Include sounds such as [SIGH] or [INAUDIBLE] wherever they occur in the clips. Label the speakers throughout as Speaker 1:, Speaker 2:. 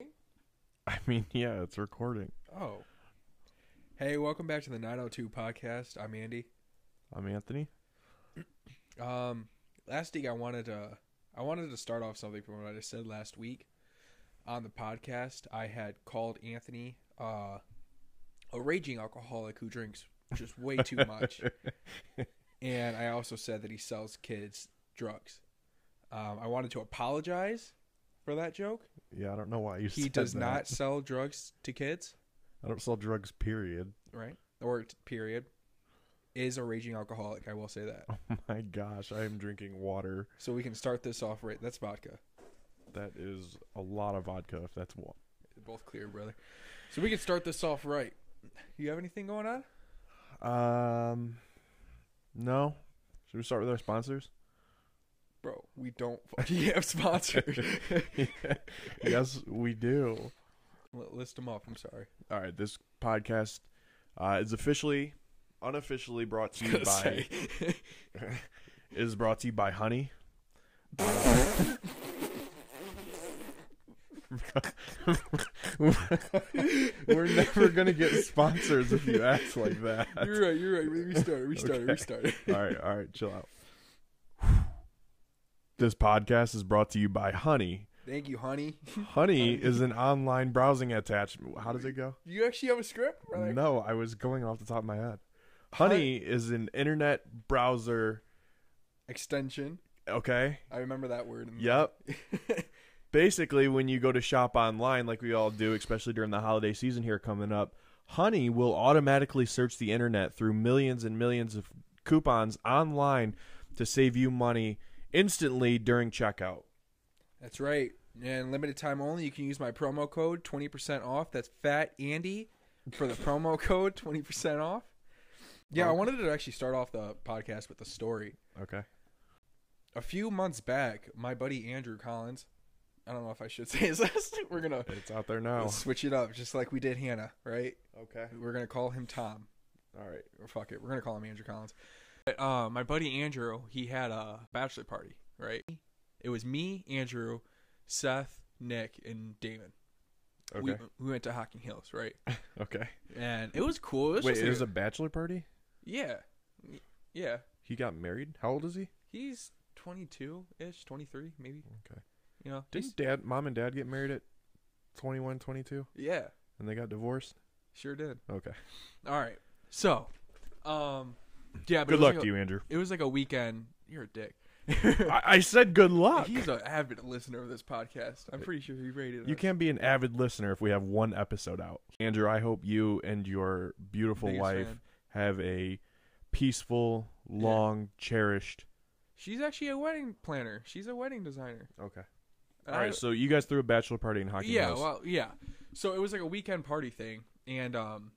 Speaker 1: [LAUGHS] I mean, yeah, it's recording.
Speaker 2: Oh. Hey, welcome back to the 902 podcast. I'm Andy.
Speaker 1: I'm Anthony.
Speaker 2: Um, last week I wanted to I wanted to start off something from what I said last week on the podcast. I had called Anthony uh, a raging alcoholic who drinks just way too
Speaker 1: [LAUGHS]
Speaker 2: much, and I also said that he sells kids drugs. Um, I wanted to apologize for that joke.
Speaker 1: yeah, I don't know why you.
Speaker 2: He
Speaker 1: said
Speaker 2: does
Speaker 1: that.
Speaker 2: not sell drugs to kids.
Speaker 1: I don't sell drugs. Period. [LAUGHS]
Speaker 2: right? Or t- period is a raging alcoholic. I will say that.
Speaker 1: Oh my gosh, I am drinking water.
Speaker 2: So we can start this off right. That's vodka.
Speaker 1: That is a lot of vodka. If that's one.
Speaker 2: Both clear, brother. So we can start this off right. You have anything going on?
Speaker 1: Um, no. Should we start with our sponsors?
Speaker 2: [LAUGHS] Bro, we don't [LAUGHS] fucking have
Speaker 1: [LAUGHS]
Speaker 2: sponsors. [LAUGHS]
Speaker 1: yes, we do.
Speaker 2: L- List them off. I'm sorry.
Speaker 1: All right, this podcast uh, is officially, unofficially brought to you
Speaker 2: Gonna
Speaker 1: by
Speaker 2: [LAUGHS] say.
Speaker 1: is brought to you by
Speaker 2: [LAUGHS]
Speaker 1: Honey. [LAUGHS]
Speaker 2: [LAUGHS]
Speaker 1: We're never gonna get sponsors if you act like that.
Speaker 2: [LAUGHS] you're right. You're right. We Restart. it, Restart. it,
Speaker 1: Okay.
Speaker 2: Restart. it.
Speaker 1: [LAUGHS] All right, all right, chill out. This podcast is brought to you by Honey.
Speaker 2: Thank you, honey. [LAUGHS]
Speaker 1: Honey is an online browsing attachment. How does it go?
Speaker 2: You actually have a script, brother?
Speaker 1: No, I was going off the top of my head. Honey is an internet browser.
Speaker 2: Extension.
Speaker 1: Okay.
Speaker 2: I remember that word. in-
Speaker 1: Yep.
Speaker 2: [LAUGHS]
Speaker 1: basically when you go to shop online like we all do especially during the holiday season here coming up honey will automatically search the internet through millions and millions of coupons online to save you money instantly during checkout
Speaker 2: That's right. And limited time only. You can use my promo code, 20% off. That's Fat Andy for the promo [LAUGHS] code, 20% off. Yeah, I wanted to actually start off the podcast with a story.
Speaker 1: okay
Speaker 2: A few months back, my buddy Andrew Collins, I don't know if I should [LAUGHS] say his last name. We're going to
Speaker 1: it's out there now
Speaker 2: switch it up just like we did Hannah, right?
Speaker 1: okay
Speaker 2: We're going to call him Tom.
Speaker 1: all right
Speaker 2: Or fuck it. We're going to call him Andrew Collins. But, uh, my buddy Andrew, he had a bachelor party, right? It was me, Andrew, Seth, Nick, and Damon.
Speaker 1: okay
Speaker 2: We, we went to Hocking Hills,
Speaker 1: [LAUGHS]
Speaker 2: right?
Speaker 1: okay
Speaker 2: And it was cool. It was
Speaker 1: wait
Speaker 2: just
Speaker 1: it was
Speaker 2: a-
Speaker 1: a bachelor party
Speaker 2: yeah, Y- yeah.
Speaker 1: he got married how old is he
Speaker 2: He's twenty two ish, twenty three maybe.
Speaker 1: Okay.
Speaker 2: You know, he's-
Speaker 1: didn't dad mom and dad get married at 21 22
Speaker 2: yeah,
Speaker 1: and they got divorced
Speaker 2: sure did.
Speaker 1: okay
Speaker 2: All right, so, um, yeah. But it
Speaker 1: good
Speaker 2: was
Speaker 1: luck
Speaker 2: like a-
Speaker 1: to you andrew
Speaker 2: It was like a weekend. You're a dick.
Speaker 1: [LAUGHS]
Speaker 2: [LAUGHS]
Speaker 1: I, I said good luck
Speaker 2: He's an avid listener of this podcast. I'm pretty sure he rated.
Speaker 1: You
Speaker 2: us.
Speaker 1: can't be an avid listener if we have one episode out. Andrew, I hope you and your beautiful
Speaker 2: Biggest
Speaker 1: wife
Speaker 2: fan.
Speaker 1: have a peaceful, long, cherished.
Speaker 2: She's actually a wedding planner. She's a wedding designer.
Speaker 1: Okay.
Speaker 2: And
Speaker 1: All
Speaker 2: I-
Speaker 1: right. So you guys threw a bachelor party in hockey.
Speaker 2: yeah
Speaker 1: Hills.
Speaker 2: well yeah so it was like a weekend party thing and um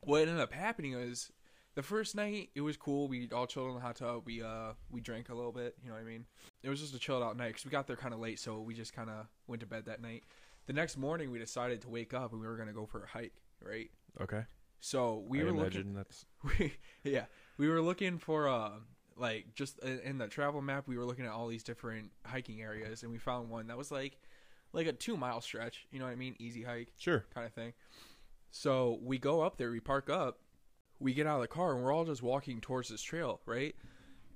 Speaker 2: what ended up happening was the first night it was cool we all chilled in the hot tub we uh we drank a little bit you know what i mean it was just a chilled out night because we got there kind of late so we just kind of went to bed that night the next morning we decided to wake up and we were going to go for a hike right
Speaker 1: okay.
Speaker 2: so we
Speaker 1: I
Speaker 2: were looking
Speaker 1: imagine that's
Speaker 2: [LAUGHS] we, yeah, we were looking for uh, like just in, in the travel map, we were looking at all these different hiking areas, and we found one that was like, like a two mile stretch. You know what I mean? Easy hike
Speaker 1: sure.
Speaker 2: kind of thing. So we go up there, we park up, we get out of the car, and we're all just walking towards this trail, right?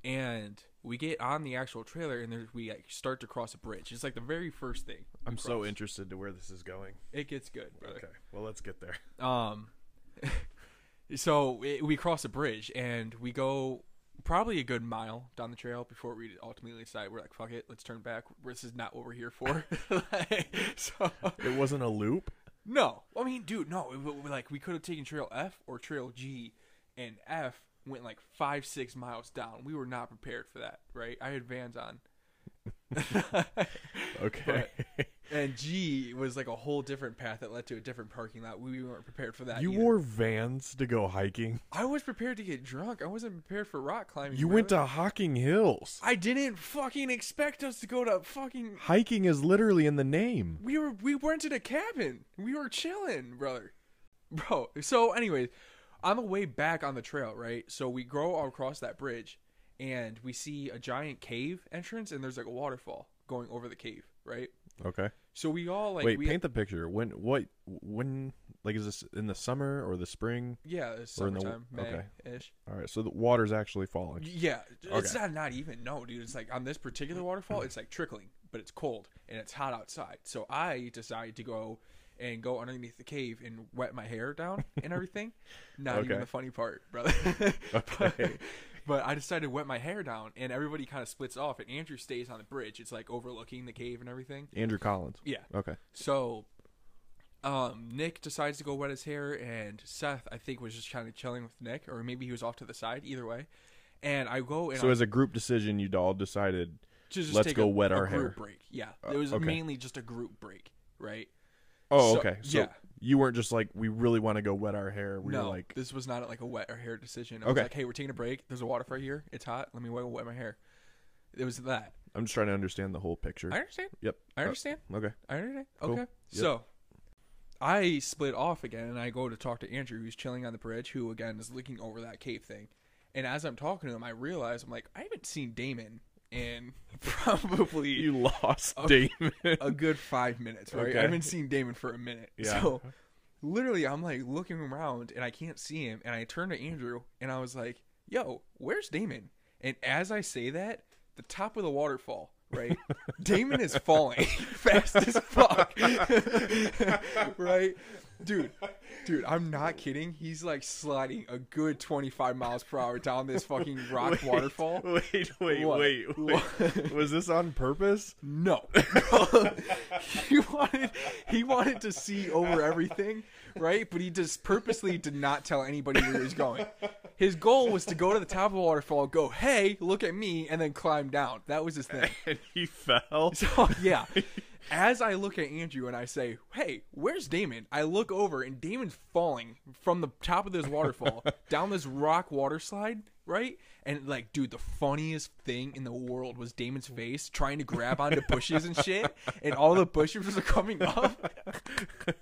Speaker 2: And we get on the actual trailer, and there, we like start to cross a bridge. It's like the very first thing. we
Speaker 1: I'm so
Speaker 2: cross.
Speaker 1: interested to where this is going.
Speaker 2: It gets good, brother.
Speaker 1: Okay. Well, let's get there.
Speaker 2: Um, [LAUGHS] so we, we cross a bridge and we go probably a good mile down the trail before we ultimately decide we're like, fuck it, let's turn back. This is not what we're here for. [LAUGHS] Like, so
Speaker 1: [LAUGHS] It wasn't a loop.
Speaker 2: no, I mean, dude, no. It, we- like we could have taken Trail F or Trail G, and F went like five, six miles down. We were not prepared for that, right? I had Vans on.
Speaker 1: Okay. [LAUGHS]
Speaker 2: and G was like a whole different path that led to a different parking lot. We weren't prepared for that.
Speaker 1: you
Speaker 2: either.
Speaker 1: wore Vans to go hiking.
Speaker 2: I was prepared to get drunk. I wasn't prepared for rock climbing.
Speaker 1: You went
Speaker 2: brother.
Speaker 1: to Hocking Hills.
Speaker 2: I didn't fucking expect us to go to fucking.
Speaker 1: Hiking is literally in the name.
Speaker 2: We were we rented a cabin. We were chilling, brother. Bro. So, anyways, on the way back on the trail, right? So we go all across that bridge, and we see a giant cave entrance, and there's like a waterfall going over the cave, right?
Speaker 1: Okay.
Speaker 2: So we all like
Speaker 1: Wait,
Speaker 2: we
Speaker 1: paint the picture. When what when like is this in the summer or the spring?
Speaker 2: yeah, it's
Speaker 1: We're in the-
Speaker 2: summertime,
Speaker 1: okay.
Speaker 2: May ish.
Speaker 1: All right, so the water's actually falling.
Speaker 2: Yeah, it's
Speaker 1: Okay.
Speaker 2: not not even no, dude. It's like on this particular waterfall, it's like trickling, but it's cold and it's hot outside. So I decided to go and go underneath the cave and wet my hair down
Speaker 1: [LAUGHS]
Speaker 2: and everything. Not even
Speaker 1: Okay.
Speaker 2: the funny part, brother. [LAUGHS]
Speaker 1: Okay.
Speaker 2: But I decided to wet my hair down, and everybody kind of splits off, and Andrew stays on the bridge. It's like overlooking the cave and everything.
Speaker 1: Andrew Collins.
Speaker 2: Yeah.
Speaker 1: Okay.
Speaker 2: So, um, Nick decides to go wet his hair, and Seth, I think, was just kind of chilling with Nick, or maybe he was off to the side. Either way, and I go and
Speaker 1: So
Speaker 2: I
Speaker 1: as a group decision, you all decided.
Speaker 2: to just
Speaker 1: let's
Speaker 2: take
Speaker 1: go
Speaker 2: a,
Speaker 1: wet
Speaker 2: a
Speaker 1: our
Speaker 2: group
Speaker 1: hair. Uh,
Speaker 2: break. Yeah, it was
Speaker 1: okay.
Speaker 2: mainly just a group break, right?
Speaker 1: Oh,
Speaker 2: So-
Speaker 1: okay. So
Speaker 2: yeah.
Speaker 1: you weren't just like we really want to go wet our hair. We
Speaker 2: no,
Speaker 1: were like,
Speaker 2: this was not like a wet our hair decision. I was
Speaker 1: Okay.
Speaker 2: like, hey, we're taking a break. There's a waterfall here. It's hot. Let me wet, wet my hair. It was that.
Speaker 1: I'm just trying to understand the whole picture.
Speaker 2: I understand.
Speaker 1: Yep.
Speaker 2: I understand.
Speaker 1: Okay.
Speaker 2: I understand.
Speaker 1: Cool.
Speaker 2: Okay.
Speaker 1: Yep.
Speaker 2: So I split off again and I go to talk to Andrew, who's chilling on the bridge, who again is looking over that cave thing. And as I'm talking to him, I realize I'm like, I haven't seen Damon in [LAUGHS] probably
Speaker 1: You lost
Speaker 2: Okay.
Speaker 1: Damon.
Speaker 2: a good five minutes, right?
Speaker 1: Okay.
Speaker 2: I haven't seen Damon for a minute.
Speaker 1: Yeah.
Speaker 2: So literally I'm like looking around and I can't see him and I turn to Andrew and I was like, Yo, where's Damon? And as I say that, the top of the waterfall,
Speaker 1: [LAUGHS]
Speaker 2: right? Damon is falling [LAUGHS] fast as fuck. [LAUGHS] right? Dude, dude, I'm not kidding. He's like sliding a good 25 miles per hour down this fucking rock
Speaker 1: Wait,
Speaker 2: waterfall.
Speaker 1: [LAUGHS] Wait, wait,
Speaker 2: What?
Speaker 1: wait, wait.
Speaker 2: What?
Speaker 1: Was this on purpose?
Speaker 2: No. [LAUGHS] he wanted he wanted to see over everything, right? But he just purposely did not tell anybody where he was going. His goal was to go to the top of the waterfall, go, "Hey, look at me," and then climb down. That was his thing.
Speaker 1: And he fell.
Speaker 2: So, [LAUGHS] yeah. As I look at Andrew and I say, "Hey, where's Damon?" I look over and Damon's falling from the top of this waterfall down this rock water slide, right? And like, dude, the funniest thing in the world was Damon's face trying to grab onto bushes and shit, and all the bushes were coming up.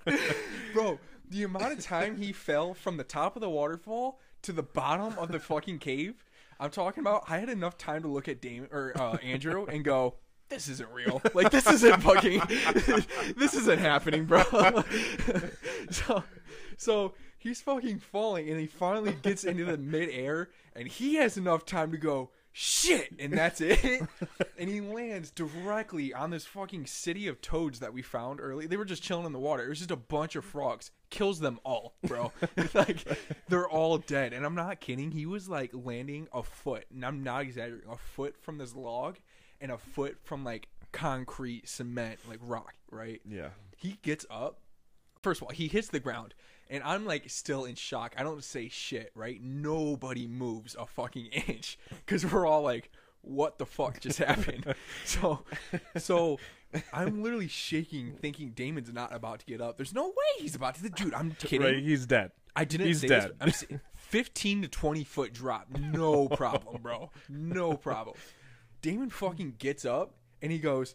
Speaker 2: [LAUGHS] Bro, the amount of time he fell from the top of the waterfall to the bottom of the fucking cave, I'm talking about. I had enough time to look at Damon or uh, Andrew and go, "This isn't real. Like this isn't fucking. [LAUGHS] this isn't happening, bro." [LAUGHS] so, so he's fucking falling, and he finally gets into the midair, and he has enough time to go. Shit, and that's it. [LAUGHS] and he lands directly on this fucking city of toads that we found early. They were just chilling in the water. It was just a bunch of frogs. Kills them all, bro. [LAUGHS] like they're all dead. And I'm not kidding. He was like landing a foot, and I'm not exaggerating, a foot from this log and a foot from like concrete, cement, like rock, right?
Speaker 1: Yeah.
Speaker 2: He gets up. First of all, he hits the ground, and I'm like still in shock. I don't say shit, right? Nobody moves a fucking [LAUGHS] inch because we're all like, "What the fuck just happened?" [LAUGHS] so, so I'm literally shaking, thinking Damon's not about to get up. There's no way he's about to. Dude, I'm kidding.
Speaker 1: Right, he's dead.
Speaker 2: I didn't.
Speaker 1: He's
Speaker 2: say
Speaker 1: dead.
Speaker 2: This. I'm saying 15 to 20 foot drop,
Speaker 1: [LAUGHS]
Speaker 2: no problem, bro. No problem. Damon fucking gets up and he goes,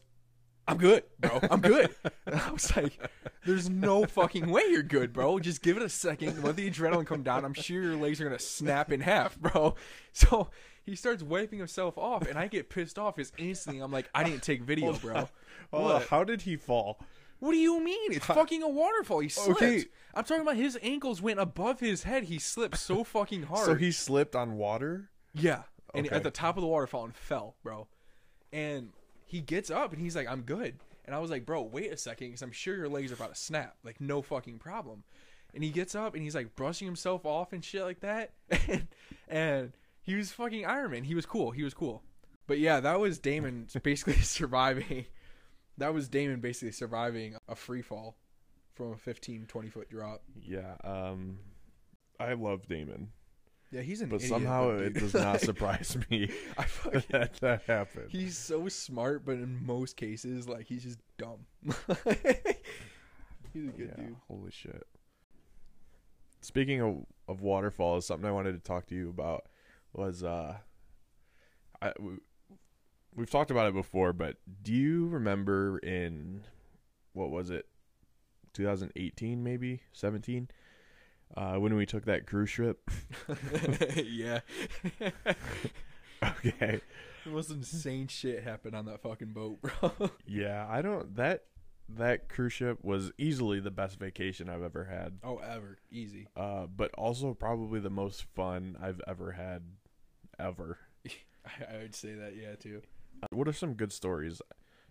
Speaker 2: "I'm good, bro. I'm good." And I was like, "There's no fucking way you're good, bro. Just give it a second. Let the adrenaline come down. I'm sure your legs are gonna snap in half, bro." So he starts wiping himself off, and I get pissed off. Is instantly, I'm like, "I didn't take video, bro."
Speaker 1: Oh,
Speaker 2: What?
Speaker 1: how did he fall?
Speaker 2: What do you mean? It's fucking a waterfall. He slipped.
Speaker 1: Okay.
Speaker 2: I'm talking about his ankles went above his head. He slipped so fucking hard.
Speaker 1: So he slipped on water.
Speaker 2: yeah, and
Speaker 1: Okay.
Speaker 2: at the top of the waterfall and fell, bro. And he gets up and he's like, "I'm good." And I was like, "Bro, wait a second, because I'm sure your legs are about to snap. Like, no fucking problem." And he gets up and he's like brushing himself off and shit like that. [LAUGHS] and, and he was fucking Iron Man. He was cool. He was cool. But yeah, that was
Speaker 1: [LAUGHS]
Speaker 2: Damon basically [LAUGHS] surviving. That was Damon basically surviving a free fall from a 15, 20 foot drop.
Speaker 1: Yeah. Um, I love Damon,
Speaker 2: Yeah, he's an
Speaker 1: but
Speaker 2: idiot,
Speaker 1: somehow
Speaker 2: but
Speaker 1: it
Speaker 2: dude,
Speaker 1: does
Speaker 2: [LAUGHS]
Speaker 1: not [LAUGHS]
Speaker 2: like,
Speaker 1: surprise me
Speaker 2: I fucking,
Speaker 1: [LAUGHS] that that happened.
Speaker 2: he's so smart, but in most cases, like he's just dumb. [LAUGHS] he's a good
Speaker 1: Yeah,
Speaker 2: dude.
Speaker 1: Holy shit. Speaking of, of waterfalls, something I wanted to talk to you about was uh I we, we've talked about it before, but do you remember in what was it? 2018 maybe, 17 uh when we took that cruise trip. [LAUGHS]
Speaker 2: yeah,
Speaker 1: okay.
Speaker 2: the most insane shit happened on that fucking boat, bro. [LAUGHS]
Speaker 1: Yeah, I don't that that cruise ship was easily the best vacation I've ever had.
Speaker 2: Oh, ever easy.
Speaker 1: Uh, but also probably the most fun I've ever had, ever.
Speaker 2: [LAUGHS] I, I would say that yeah too.
Speaker 1: Uh, what are some good stories?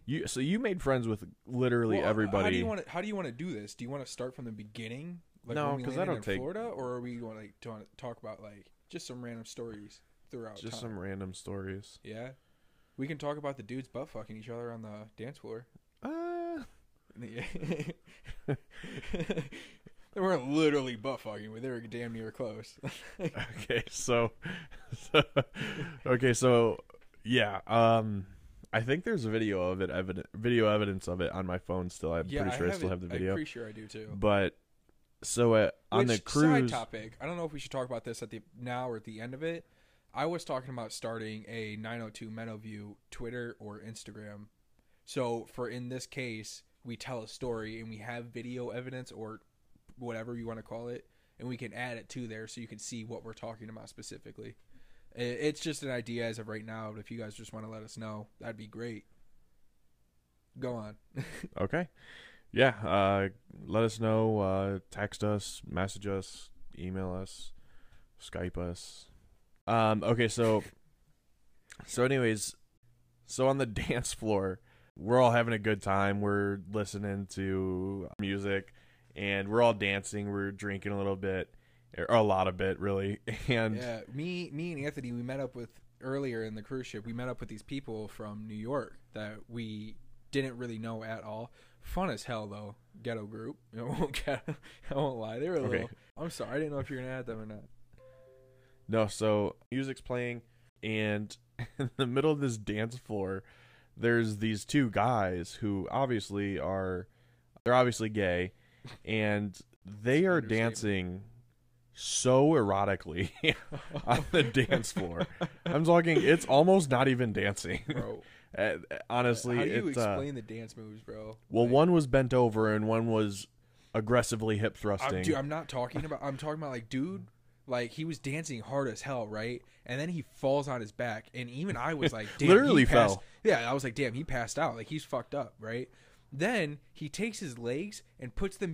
Speaker 1: You so you made friends with literally
Speaker 2: Well, uh,
Speaker 1: everybody.
Speaker 2: How do you want to? How do you want to do this? Do you want to start from the beginning?
Speaker 1: No,
Speaker 2: when we
Speaker 1: 'cause I
Speaker 2: landed
Speaker 1: don't
Speaker 2: in
Speaker 1: take-
Speaker 2: Florida, or are we going like to wanna talk about like just some random stories throughout?
Speaker 1: Just
Speaker 2: time?
Speaker 1: some random stories.
Speaker 2: Yeah, we can talk about the dudes butt fucking each other on the dance floor.
Speaker 1: Uh,
Speaker 2: Yeah. [LAUGHS] they weren't literally butt fucking, but they were damn near close.
Speaker 1: [LAUGHS] okay, so, so okay, so yeah. Um, I think there's a video of it, evident, video evidence of it on my phone. Still, I'm
Speaker 2: yeah,
Speaker 1: pretty sure I,
Speaker 2: have
Speaker 1: still
Speaker 2: it-
Speaker 1: have the
Speaker 2: I'm
Speaker 1: video.
Speaker 2: pretty sure I do too.
Speaker 1: but so uh, on
Speaker 2: Which,
Speaker 1: the cruise,
Speaker 2: Side topic. I don't know if we should talk about this at the now or at the end of it. I was talking about starting a 902 Meadowview Twitter or Instagram. So for in this case, we tell a story and we have video evidence or whatever you want to call it, and we can add it to there so you can see what we're talking about specifically. I- It's just an idea as of right now. But if you guys just want to let us know, that'd be great. Go on.
Speaker 1: okay, yeah. Uh, let us know. Uh, text us, message us, email us, Skype us. Um, okay, so, so anyways, so on the [LAUGHS] dance floor, we're all having a good time. We're listening to music, and we're all dancing. We're drinking a little bit, or a lot of bit, really, [LAUGHS] and.
Speaker 2: Yeah, me, me and Anthony, we met up with earlier in the cruise ship. We met up with these people from New York that we didn't really know at all. Fun as hell though, ghetto group. [LAUGHS] I won't, get- I won't lie, they were a
Speaker 1: Okay.
Speaker 2: little. I'm sorry, I didn't know if you were gonna add them or not.
Speaker 1: No, so music's playing, and [LAUGHS] in the middle of this dance floor, there's these two guys who obviously are they're obviously gay, and they are
Speaker 2: Understatement.
Speaker 1: dancing so erotically [LAUGHS] [LAUGHS] on the dance floor. I'm talking, it's almost not even dancing. [LAUGHS]
Speaker 2: bro.
Speaker 1: Uh, Honestly,
Speaker 2: How do you
Speaker 1: it's uh,
Speaker 2: explain the dance moves, bro?
Speaker 1: well,
Speaker 2: Like,
Speaker 1: one was bent over and one was aggressively hip
Speaker 2: I'm,
Speaker 1: thrusting.
Speaker 2: dude, I'm not talking about. I'm talking about like, dude, like he was dancing hard as hell, right? And then he falls on his back, and even I was like, damn, he
Speaker 1: Literally
Speaker 2: passed-
Speaker 1: fell.
Speaker 2: Yeah, I was like, damn, he passed out. Like he's fucked up, right? Then he takes his legs and puts them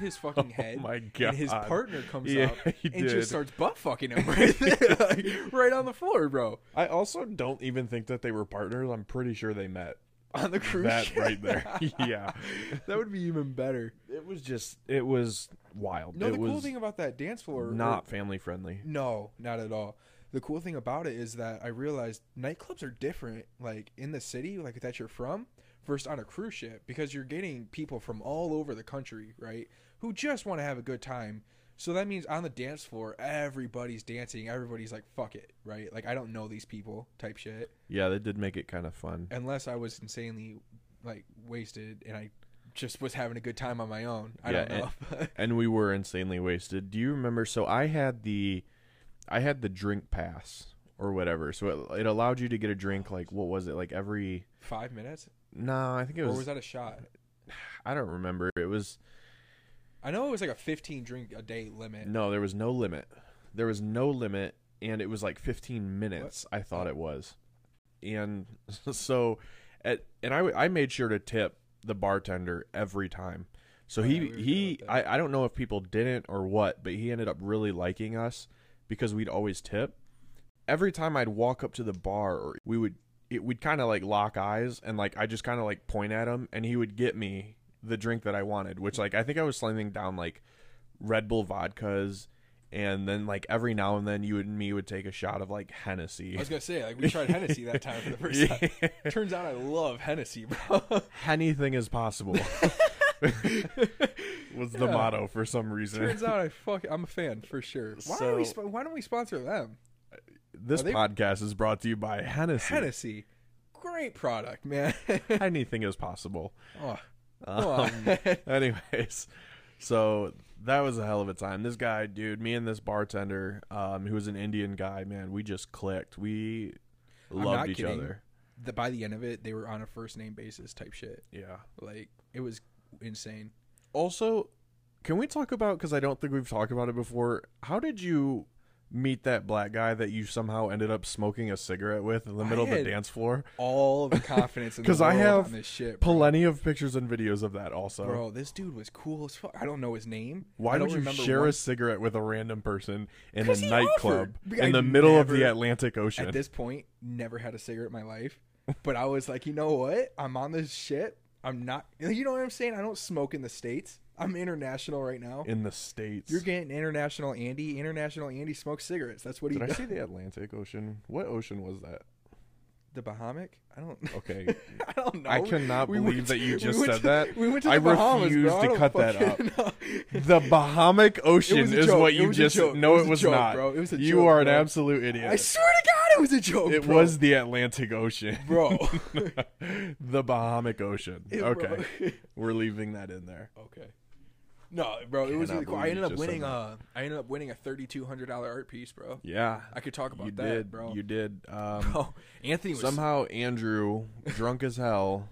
Speaker 1: [LAUGHS]
Speaker 2: his fucking head.
Speaker 1: Oh my
Speaker 2: And his
Speaker 1: God.
Speaker 2: partner comes
Speaker 1: Yeah,
Speaker 2: up
Speaker 1: [LAUGHS] he
Speaker 2: and
Speaker 1: did.
Speaker 2: just starts butt fucking
Speaker 1: [LAUGHS]
Speaker 2: him right [LAUGHS] there, like, right on the floor, bro.
Speaker 1: I also don't even think that they were partners. I'm pretty sure they met.
Speaker 2: On the cruise
Speaker 1: that
Speaker 2: ship.
Speaker 1: right there. [LAUGHS] yeah.
Speaker 2: [LAUGHS] that would be even better.
Speaker 1: It was just it was wild.
Speaker 2: No,
Speaker 1: it
Speaker 2: the
Speaker 1: was
Speaker 2: cool thing about that dance floor, or-
Speaker 1: not family friendly.
Speaker 2: No, not at all. The cool thing about it is that I realized nightclubs are different, like in the city, like that you're from, versus on a cruise ship, because you're getting people from all over the country, right? Who just want to have a good time. So that means on the dance floor, everybody's dancing. Everybody's like, fuck it, right? Like, I don't know these people type shit.
Speaker 1: Yeah, they did make it kind of fun.
Speaker 2: Unless I was insanely, like, wasted and I just was having a good time on my own. I
Speaker 1: Yeah,
Speaker 2: don't know.
Speaker 1: And we were insanely wasted. Do you remember so I had the I had the drink pass or whatever. So it, it allowed you to get a drink like what was it? Like every
Speaker 2: [LAUGHS] Five minutes?
Speaker 1: No, I think it
Speaker 2: Or
Speaker 1: was,
Speaker 2: was that a shot?
Speaker 1: [SIGHS] I don't remember. It was
Speaker 2: I know it was like a 15 drink a day limit.
Speaker 1: no, there was no limit. There was no limit and it was like 15 minutes I thought it was. And [LAUGHS] so at and I I made sure to tip the bartender every time. So
Speaker 2: Oh, yeah,
Speaker 1: he
Speaker 2: we were good
Speaker 1: he
Speaker 2: with that.
Speaker 1: I, I don't know if people didn't or what, but he ended up really liking us because we'd always tip. Every time I'd walk up to the bar or we would it would kind of like lock eyes and like I just kind of like point at him and he would get me the drink that I wanted, which like I think I was slamming down like Red Bull vodkas and then like every now and then you and me would take a shot of like Hennessy. [LAUGHS]
Speaker 2: I was gonna say, like, we tried Hennessy that time for the first time. Turns out I love Hennessy, bro. [LAUGHS]
Speaker 1: Anything is possible. was the
Speaker 2: Yeah.
Speaker 1: motto for some reason.
Speaker 2: Turns out I fuck, I'm a fan for sure. Why don't we?
Speaker 1: So-
Speaker 2: Sp- why don't we sponsor them?
Speaker 1: this
Speaker 2: are they-
Speaker 1: podcast is brought to you by Hennessy.
Speaker 2: Hennessy, great product, man. [LAUGHS]
Speaker 1: Anything is possible.
Speaker 2: oh, come
Speaker 1: Um, [LAUGHS]
Speaker 2: on.
Speaker 1: anyways, so that was a hell of a time. This guy, dude, me and this bartender, um, who was an Indian guy, man, we just clicked. We loved
Speaker 2: not
Speaker 1: each
Speaker 2: kidding.
Speaker 1: other.
Speaker 2: the, by the end of it, they were on a first name basis type shit.
Speaker 1: Yeah.
Speaker 2: Like it was insane.
Speaker 1: Also, can we talk about because I don't think we've talked about it before? How did you meet that black guy that you somehow ended up smoking a cigarette with in the
Speaker 2: I
Speaker 1: middle of
Speaker 2: had-
Speaker 1: the dance floor. [LAUGHS]
Speaker 2: All the confidence in the
Speaker 1: 'Cause
Speaker 2: world
Speaker 1: I have
Speaker 2: on this shit, bro.
Speaker 1: Plenty of pictures and videos of that also.
Speaker 2: Bro, this dude was cool as fuck. I don't know his name.
Speaker 1: Why
Speaker 2: I don't
Speaker 1: would you
Speaker 2: remember
Speaker 1: share
Speaker 2: one-
Speaker 1: a cigarette with a random person in a
Speaker 2: 'Cause he
Speaker 1: nightclub
Speaker 2: offered. I
Speaker 1: in the middle of the
Speaker 2: never-
Speaker 1: Atlantic Ocean?
Speaker 2: at this point never had a cigarette in my life but i was like you know what i'm on this shit i'm not you know what i'm saying i don't smoke in the states i'm international right now
Speaker 1: in the states.
Speaker 2: you're getting international andy international andy smokes cigarettes that's what he
Speaker 1: Did I
Speaker 2: does
Speaker 1: say the Atlantic Ocean? What ocean was that?
Speaker 2: the bahamic i don't
Speaker 1: Okay.
Speaker 2: [LAUGHS] i don't know
Speaker 1: I cannot
Speaker 2: We
Speaker 1: believe
Speaker 2: went
Speaker 1: that you
Speaker 2: to-
Speaker 1: just
Speaker 2: we went
Speaker 1: said
Speaker 2: to-
Speaker 1: that.
Speaker 2: we went to the
Speaker 1: I
Speaker 2: Bahamas, bro.
Speaker 1: refuse
Speaker 2: I
Speaker 1: to
Speaker 2: don't
Speaker 1: cut that
Speaker 2: fucking know.
Speaker 1: [LAUGHS]
Speaker 2: [LAUGHS]
Speaker 1: The Bahamic Ocean
Speaker 2: a
Speaker 1: is
Speaker 2: joke.
Speaker 1: what
Speaker 2: It
Speaker 1: you
Speaker 2: was a
Speaker 1: just
Speaker 2: joke.
Speaker 1: no,
Speaker 2: It was
Speaker 1: it
Speaker 2: a
Speaker 1: was
Speaker 2: joke,
Speaker 1: not.
Speaker 2: bro. It was a
Speaker 1: you
Speaker 2: joke,
Speaker 1: are an
Speaker 2: bro.
Speaker 1: absolute idiot.
Speaker 2: i swear to god it was a joke
Speaker 1: it
Speaker 2: bro.
Speaker 1: was the Atlantic Ocean,
Speaker 2: bro
Speaker 1: [LAUGHS]
Speaker 2: [LAUGHS]
Speaker 1: the Bahamic Ocean.
Speaker 2: It- bro.
Speaker 1: okay, we're leaving that in there.
Speaker 2: okay no bro it was
Speaker 1: Cannot
Speaker 2: really cool i
Speaker 1: believe
Speaker 2: ended
Speaker 1: you
Speaker 2: up
Speaker 1: just said
Speaker 2: winning
Speaker 1: that.
Speaker 2: a i ended up winning a $3200 art piece bro
Speaker 1: Yeah,
Speaker 2: i could talk about
Speaker 1: you
Speaker 2: that
Speaker 1: did,
Speaker 2: bro
Speaker 1: You did. Um, [LAUGHS]
Speaker 2: [LAUGHS] Bro, Anthony was
Speaker 1: Somehow Andrew, drunk as [LAUGHS] hell,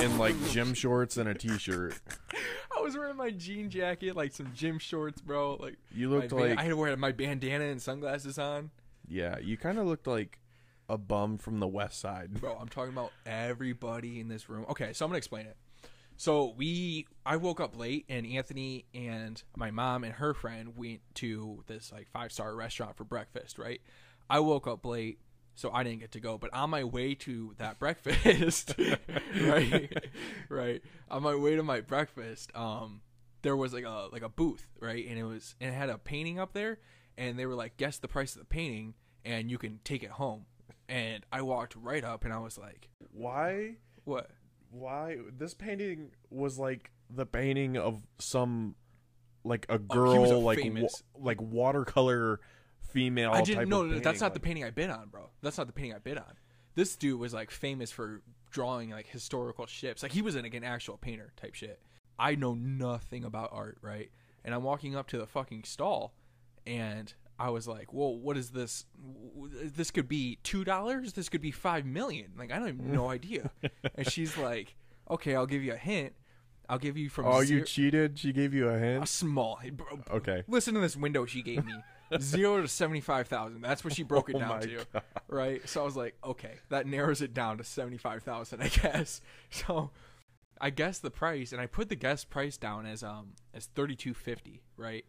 Speaker 1: in like gym shorts and a t-shirt.
Speaker 2: [LAUGHS] I was wearing my jean jacket, like some gym shorts, bro. Like
Speaker 1: You
Speaker 2: my
Speaker 1: looked
Speaker 2: ban-
Speaker 1: like
Speaker 2: I had to wear my bandana and sunglasses on,
Speaker 1: yeah, you kind of looked like a bum from the west side.
Speaker 2: bro. I'm talking about everybody in this room. Okay, so I'm gonna explain it. So we, I woke up late, and Anthony and my mom and her friend went to this like five star restaurant for breakfast. Right? I woke up late. So I didn't get to go, but on my way to that [LAUGHS] breakfast, right, right, on my way to my breakfast, um, there was like a like a booth, right? And it was and it had a painting up there and they were like, guess the price of the painting and you can take it home. And I walked right up and I was like,
Speaker 1: Why?
Speaker 2: What?
Speaker 1: Why? This painting was like the painting of some like a
Speaker 2: Oh, he
Speaker 1: girl,
Speaker 2: was a
Speaker 1: like wa-
Speaker 2: famous-
Speaker 1: like watercolor female.
Speaker 2: I
Speaker 1: type
Speaker 2: didn't no,
Speaker 1: of
Speaker 2: no, no, that's
Speaker 1: painting,
Speaker 2: not the painting I bid on, bro. That's not the painting I bid on. This dude was like famous for drawing like historical ships. Like he was an, like, an actual painter type shit. I know nothing about art, right? And I'm walking up to the fucking stall and I was like, "Well, what is this? W- w- This could be two dollars. This could be five million. Like I don't
Speaker 1: [LAUGHS]
Speaker 2: even no idea." and she's like, "Okay, I'll give you a hint. I'll give you from
Speaker 1: Oh,
Speaker 2: zero-
Speaker 1: you cheated! She gave you a
Speaker 2: a
Speaker 1: hint.
Speaker 2: small hint, bro.
Speaker 1: Okay.
Speaker 2: Listen to this window she gave me. Zero to seventy five thousand. That's what she broke it
Speaker 1: [LAUGHS] Oh
Speaker 2: down
Speaker 1: my
Speaker 2: to.
Speaker 1: God.
Speaker 2: Right? So I was like, okay, that narrows it down to seventy five thousand, I guess. [LAUGHS] So I guess the price and I put the guess price down as um as thirty two fifty, right?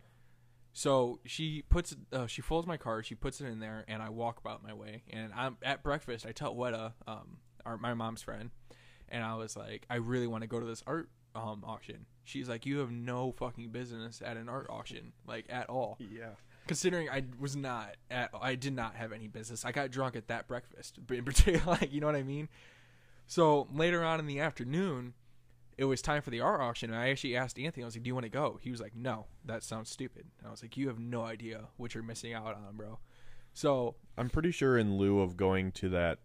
Speaker 2: So she puts uh, she folds my card, she puts it in there, and I walk about my way. And I'm at breakfast. I tell Weta, um, our, my mom's friend, and I was like, I really want to go to this art um auction. She's like, you have no fucking business at an art auction, like at all.
Speaker 1: Yeah.
Speaker 2: Considering I was not at, I did not have any business. I got drunk at that breakfast, [LAUGHS] but in particular, like you know what I mean. So later on in the afternoon, it was time for the art auction, and I actually asked Anthony, I was like, "Do you want to go?" He was like, "No, that sounds stupid." And I was like, "You have no idea what you're missing out on, bro." So
Speaker 1: I'm pretty sure in lieu of going to that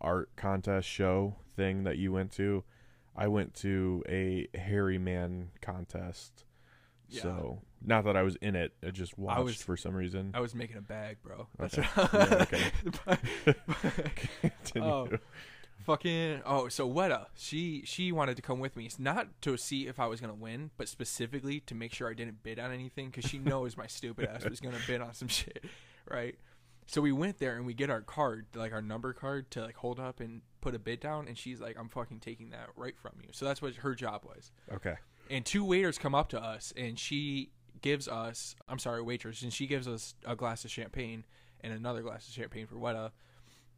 Speaker 1: art contest show thing that you went to, I went to a hairy man contest.
Speaker 2: Yeah.
Speaker 1: So not that I was in it, I just watched
Speaker 2: was-
Speaker 1: for some reason. [LAUGHS]
Speaker 2: I was making a bag, bro. That's
Speaker 1: Okay.
Speaker 2: what
Speaker 1: Yeah,
Speaker 2: [LAUGHS]
Speaker 1: okay.
Speaker 2: But-
Speaker 1: [LAUGHS] Continue.
Speaker 2: oh. Fucking oh, so Weta, she she wanted to come with me, not to see if I was gonna win, but specifically to make sure I didn't bid on anything because she knows my stupid ass was gonna bid on some [LAUGHS] shit, right? So we went there and we get our card, like our number card, to like hold up and put a bid down, and she's like, "I'm fucking taking that right from you." So that's what her job was.
Speaker 1: Okay.
Speaker 2: And two waiters come up to us, and she gives us, I'm sorry, waitress, and she gives us a glass of champagne and another glass of champagne for Weta.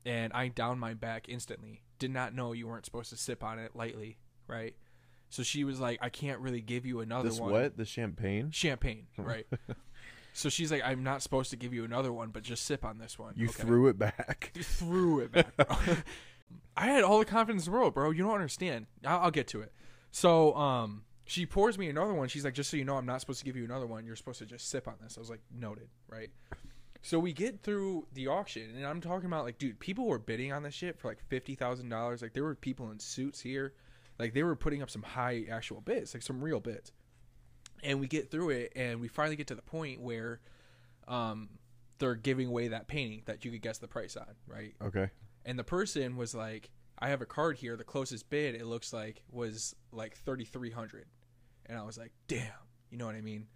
Speaker 2: And I downed my back instantly. Did not know you weren't supposed to sip on it lightly, right? So she was like, I can't really give you another
Speaker 1: This
Speaker 2: one.
Speaker 1: what? The champagne? [LAUGHS]
Speaker 2: Champagne, right? so she's like, I'm not supposed to give you another one, but just sip on this one.
Speaker 1: You
Speaker 2: okay?
Speaker 1: threw it
Speaker 2: [LAUGHS]
Speaker 1: back.
Speaker 2: threw it back, bro. [LAUGHS] I had all the confidence in the world, bro. You don't understand. I'll, I'll get to it. So, um, she pours me another one. She's like, just so you know, I'm not supposed to give you another one. You're supposed to just sip on this. I was like, noted, right? So we get through the auction, and I'm talking about like, dude, people were bidding on this shit for like fifty thousand dollars. Like there were people in suits here, like they were putting up some high actual bids, like some real bids. And we get through it, and we finally get to the point where, um, they're giving away that painting that you could guess the price on, right?
Speaker 1: Okay.
Speaker 2: and the person was like i have a card here the closest bid it looks like was like 3300 and i was like damn you know what i mean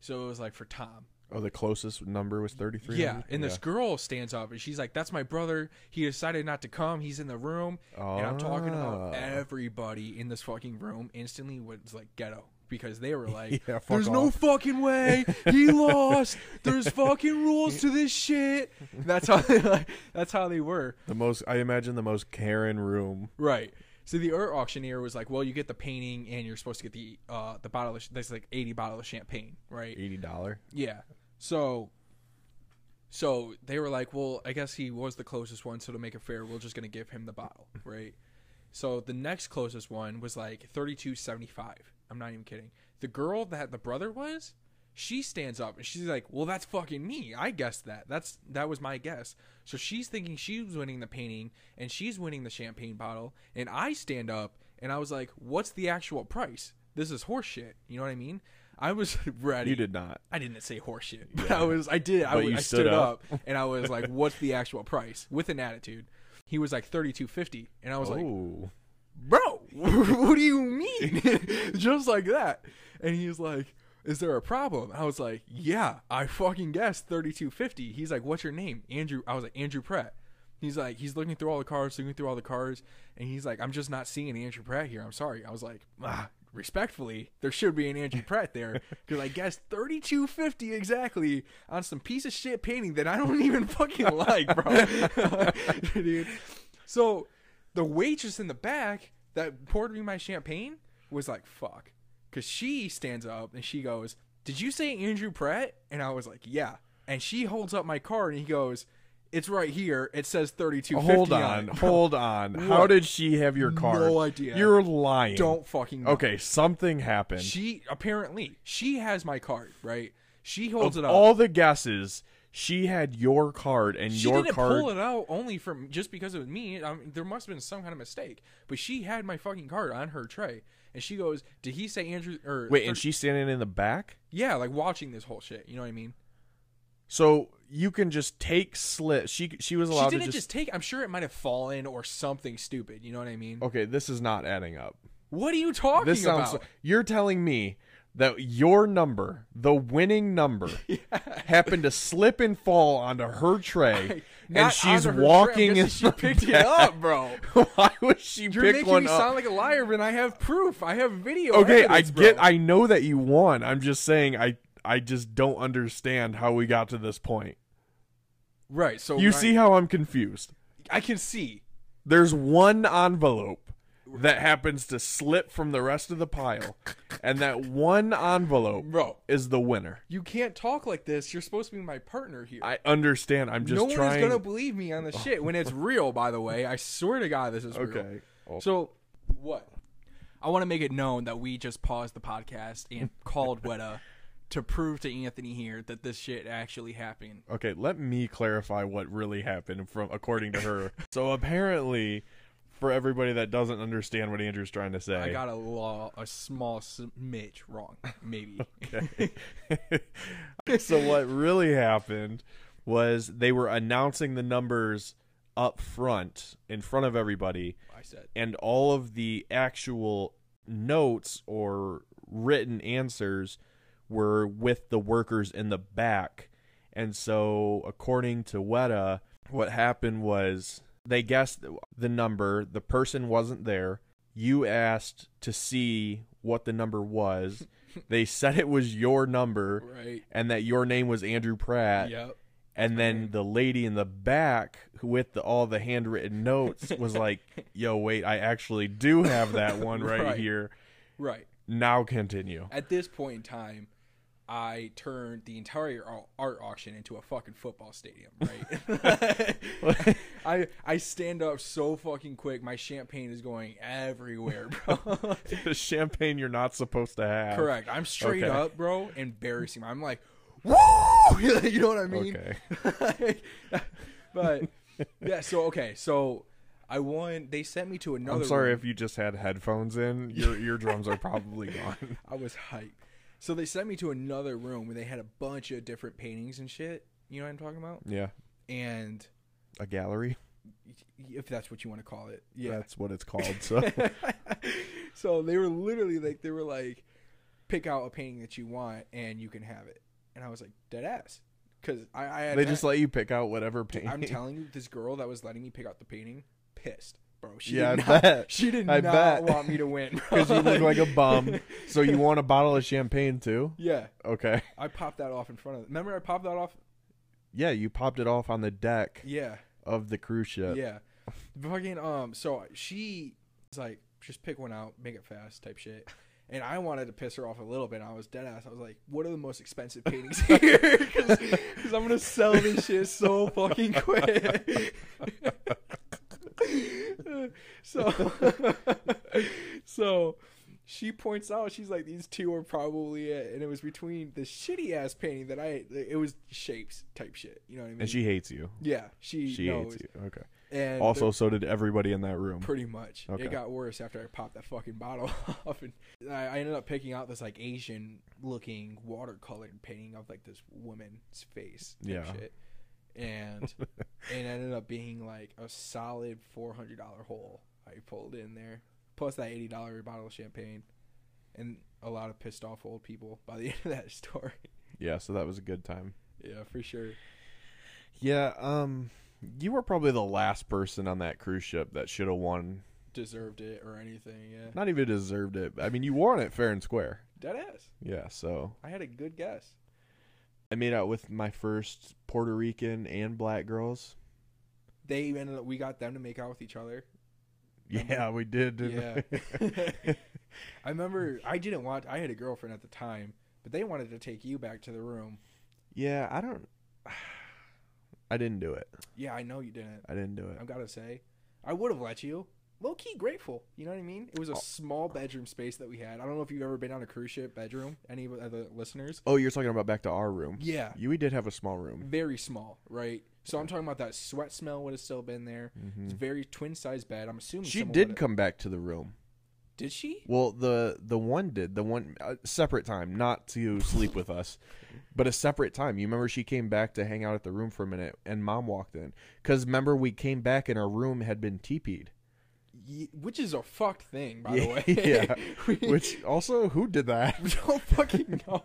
Speaker 2: so it was like for tom
Speaker 1: Oh, the closest number was 33.
Speaker 2: Yeah, and this girl stands up and she's like, "That's my brother. He decided not to come. He's in the room." And I'm talking
Speaker 1: Ah.
Speaker 2: about everybody in this fucking room instantly was like ghetto because
Speaker 1: [LAUGHS]
Speaker 2: they were like,
Speaker 1: Yeah, fuck
Speaker 2: "There's no
Speaker 1: off."
Speaker 2: fucking way. He
Speaker 1: [LAUGHS]
Speaker 2: lost. There's fucking rules to this shit." That's how they like, that's how they were.
Speaker 1: the most. I imagine the most Karen room.
Speaker 2: Right. So the art auctioneer was like, "Well, you get the painting and you're supposed to get the uh the bottle of sh- that's like 80 bottle of champagne, right?"
Speaker 1: Eighty dollar.
Speaker 2: Yeah. So so they were like, "Well, I guess he was the closest one, so to make it fair, we're just going to give him
Speaker 1: [LAUGHS]
Speaker 2: the bottle." Right? So the next closest one was like 32.75. I'm not even kidding. The girl that the brother was, she stands up and she's like, "Well, that's fucking me. I guessed that. That's that was my guess." So she's thinking she's winning the painting and she's winning the champagne bottle, and I stand up and I was like, "What's the actual price? This is horseshit." You know what I mean? I was [LAUGHS] ready.
Speaker 1: You did not.
Speaker 2: I didn't say horseshit, [LAUGHS] but I was, I did, I,
Speaker 1: But
Speaker 2: was-
Speaker 1: you
Speaker 2: I
Speaker 1: stood
Speaker 2: stood,
Speaker 1: up.
Speaker 2: up. and I was
Speaker 1: [LAUGHS]
Speaker 2: like, "What's the actual price?" With an attitude, he was like thirty-two fifty, and I was like,
Speaker 1: oh,
Speaker 2: "Bro, [LAUGHS] what do you mean?" [LAUGHS] Just like that, and he's like, "Is there a problem?" I was like, "Yeah, I fucking guessed thirty-two fifty. He's like, "What's your name?" Andrew. I was like, "Andrew Pratt." He's like, he's looking through all the cards, looking through all the cards, and he's like, "I'm just not seeing Andrew Pratt here. I'm sorry." I was like, ah, respectfully, there should be an Andrew Pratt there [LAUGHS] because I guessed 3250 exactly on some piece of shit painting that I don't [LAUGHS] even fucking like, bro. [LAUGHS] Dude. So the waitress in the back that poured me my champagne was like, fuck. Because she stands up and she goes, Did you say Andrew Pratt? And I was like, Yeah. And she holds up my card and he goes, It's right here. It says 3250.
Speaker 1: hold on,
Speaker 2: it."
Speaker 1: hold
Speaker 2: [LAUGHS]
Speaker 1: on. How
Speaker 2: What?
Speaker 1: did she have your card?
Speaker 2: No idea.
Speaker 1: You're lying.
Speaker 2: Don't fucking know.
Speaker 1: Okay, something happened.
Speaker 2: She apparently she has my card, right? She holds it up.
Speaker 1: All the guesses. She had your card and
Speaker 2: she
Speaker 1: your
Speaker 2: didn't
Speaker 1: card.
Speaker 2: pull it out only from just because it was me. I mean, there must have been some kind of mistake, but she had my fucking card on her tray, and she goes, "Did he say Andrew?" Or
Speaker 1: Wait, and she's standing in the back.
Speaker 2: yeah, like watching this whole shit. You know what I mean?
Speaker 1: So you can just take slit. She she was allowed
Speaker 2: she
Speaker 1: to
Speaker 2: didn't just... take. I'm sure it might have fallen or something stupid. You know what I mean?
Speaker 1: Okay, this is not adding up.
Speaker 2: What are you talking
Speaker 1: Oh, This sounds.
Speaker 2: about? [LAUGHS]
Speaker 1: You're telling me that your number, the winning
Speaker 2: [LAUGHS]
Speaker 1: number, happened to slip and fall onto her tray,
Speaker 2: Not
Speaker 1: and she's
Speaker 2: onto her
Speaker 1: walking
Speaker 2: tray. I'm
Speaker 1: in.
Speaker 2: guessing she
Speaker 1: the
Speaker 2: picked it
Speaker 1: back. [LAUGHS]
Speaker 2: up, bro.
Speaker 1: Why would she
Speaker 2: You're
Speaker 1: pick
Speaker 2: making
Speaker 1: one
Speaker 2: me
Speaker 1: up?
Speaker 2: sound like a liar, and I have proof. I have video.
Speaker 1: okay, I
Speaker 2: evidence, bro.
Speaker 1: get. I know that you won. I'm just saying. I I just don't understand how we got to this point.
Speaker 2: right. So
Speaker 1: You
Speaker 2: Oh, right-
Speaker 1: see how I'm confused.
Speaker 2: I can see.
Speaker 1: There's one envelope that happens to slip from the rest of the pile, and that one envelope
Speaker 2: Bro,
Speaker 1: is the winner.
Speaker 2: you can't talk like this. You're supposed to be my partner here.
Speaker 1: I understand. I'm just
Speaker 2: no one
Speaker 1: trying.
Speaker 2: is gonna believe me on this shit when
Speaker 1: [LAUGHS]
Speaker 2: it's real. By the way, I swear to God, this is real.
Speaker 1: okay.
Speaker 2: So, what? I want to make it known that we just paused the podcast and called Weta to prove to Anthony here that this shit actually happened.
Speaker 1: Okay. Let me clarify what really happened from according to
Speaker 2: [LAUGHS]
Speaker 1: her. so apparently, for everybody that doesn't understand what Andrew's trying to say,
Speaker 2: I got a law, a small smidge wrong, maybe.
Speaker 1: so what really happened was they were announcing the numbers up front in front of everybody
Speaker 2: I said
Speaker 1: and all of the actual notes or written answers were with the workers in the back. And so, according to Weta, what happened was they guessed the number, the person wasn't there. You asked to see what the number was. they said it was your number
Speaker 2: right.
Speaker 1: and that your name was Andrew Pratt.
Speaker 2: Yep.
Speaker 1: And then the lady in the back who with the, all the handwritten notes was
Speaker 2: [LAUGHS]
Speaker 1: like, "Yo, wait, I actually do have that one right,
Speaker 2: Right.
Speaker 1: here.
Speaker 2: Right.
Speaker 1: Now
Speaker 2: [LAUGHS]
Speaker 1: continue."
Speaker 2: At this point in time, I turned the entire au- art auction into a fucking football stadium, right? [LAUGHS] I I stand up so fucking quick. My champagne is going everywhere, bro.
Speaker 1: the champagne you're not supposed to have.
Speaker 2: Correct. I'm straight
Speaker 1: Okay.
Speaker 2: up, bro, embarrassing.
Speaker 1: [LAUGHS]
Speaker 2: I'm like, woo! [LAUGHS] you know what I mean?
Speaker 1: Okay.
Speaker 2: [LAUGHS] but yeah, so okay, so I won. They sent me to another.
Speaker 1: I'm sorry
Speaker 2: room.
Speaker 1: if you just had headphones in.
Speaker 2: [LAUGHS]
Speaker 1: Your eardrums are probably gone.
Speaker 2: I was hyped. So they sent me to another room where they had a bunch of different paintings and shit. You know what I'm talking about?
Speaker 1: Yeah.
Speaker 2: And
Speaker 1: A gallery.
Speaker 2: if that's what you want to call it, yeah.
Speaker 1: That's what it's called.
Speaker 2: [LAUGHS]
Speaker 1: So
Speaker 2: so they were literally like, they were like, pick out a painting that you want and you can have it. and I was like dead ass because I, I had
Speaker 1: They
Speaker 2: that.
Speaker 1: just let you pick out whatever painting. [LAUGHS]
Speaker 2: I'm telling you, this girl that was letting me pick out the painting pissed, bro. She
Speaker 1: yeah, I
Speaker 2: did not,
Speaker 1: bet.
Speaker 2: She did
Speaker 1: I
Speaker 2: not
Speaker 1: bet.
Speaker 2: want me
Speaker 1: [LAUGHS]
Speaker 2: to win bro.
Speaker 1: Because you look like a bum. So
Speaker 2: [LAUGHS]
Speaker 1: you want a bottle of champagne too?
Speaker 2: yeah,
Speaker 1: Okay.
Speaker 2: I popped that off in front of. Remember, I popped that off.
Speaker 1: Yeah, you popped it off on the deck
Speaker 2: Yeah,
Speaker 1: of the cruise ship.
Speaker 2: yeah. Fucking um. So she was like, just pick one out, make it fast, type shit. And I wanted to piss her off a little bit. I was dead ass. I was like, "What are the most
Speaker 1: [LAUGHS]
Speaker 2: expensive paintings here? [LAUGHS] Because I'm gonna sell this shit so fucking quick." [LAUGHS] so, [LAUGHS] so she points out, she's like, "These two are probably it," and it was between the shitty ass painting that I, it was shapes type shit. You know what I mean?
Speaker 1: And she hates you.
Speaker 2: yeah, she,
Speaker 1: She
Speaker 2: knows.
Speaker 1: hates you. Okay.
Speaker 2: And
Speaker 1: Also, so did everybody in that room.
Speaker 2: Pretty much.
Speaker 1: Okay.
Speaker 2: It got worse after I popped that fucking bottle [LAUGHS] off, and I, I ended up picking out this like Asian-looking watercolor painting of like this woman's face. type
Speaker 1: Yeah.
Speaker 2: Shit.
Speaker 1: [LAUGHS]
Speaker 2: And and ended up being like a solid four hundred dollar hole I pulled in there, plus that eighty dollar bottle of champagne, and a lot of pissed off old people by the [LAUGHS] end of that story.
Speaker 1: Yeah, so that was a good time.
Speaker 2: Yeah, for sure.
Speaker 1: Yeah, um you were probably the last person on that cruise ship that should have won.
Speaker 2: Deserved it or anything. Yeah.
Speaker 1: Not even deserved it. I mean, you won it fair and square.
Speaker 2: Dead ass.
Speaker 1: Yeah, so
Speaker 2: I had a good guess.
Speaker 1: I made out with my first Puerto Rican and black girls.
Speaker 2: They ended up. We got them to make out with each other.
Speaker 1: Yeah, [LAUGHS] we did. Didn't
Speaker 2: [LAUGHS] Yeah. I remember I didn't want I had a girlfriend at the time, but they wanted to take you back to the room.
Speaker 1: yeah, I don't [SIGHS] I didn't do it.
Speaker 2: Yeah, I know you didn't.
Speaker 1: I didn't do it.
Speaker 2: I've got to say, I would have let you. Low key grateful. You know what I mean? It was a
Speaker 1: Oh.
Speaker 2: small bedroom space that we had. I don't know if you've ever been on a cruise ship bedroom, any of the other listeners.
Speaker 1: Oh, you're talking about back to our room.
Speaker 2: Yeah,
Speaker 1: You we did have a small room.
Speaker 2: very small, right? So I'm talking about that sweat smell would have still been there.
Speaker 1: hmm
Speaker 2: It's very twin size bed. I'm assuming
Speaker 1: She
Speaker 2: someone
Speaker 1: did
Speaker 2: would've-
Speaker 1: come back to the room.
Speaker 2: Did she?
Speaker 1: Well, the the one did the one uh, separate time, not to sleep with us, but a separate time. You remember she came back to hang out at the room for a minute, and mom walked in because remember we came back and our room had been teepeed.
Speaker 2: Ye- which is a fucked
Speaker 1: [LAUGHS]
Speaker 2: thing, by
Speaker 1: Yeah,
Speaker 2: the way.
Speaker 1: yeah.
Speaker 2: [LAUGHS] We-
Speaker 1: Which also, who did that?
Speaker 2: We don't fucking
Speaker 1: [LAUGHS]
Speaker 2: know.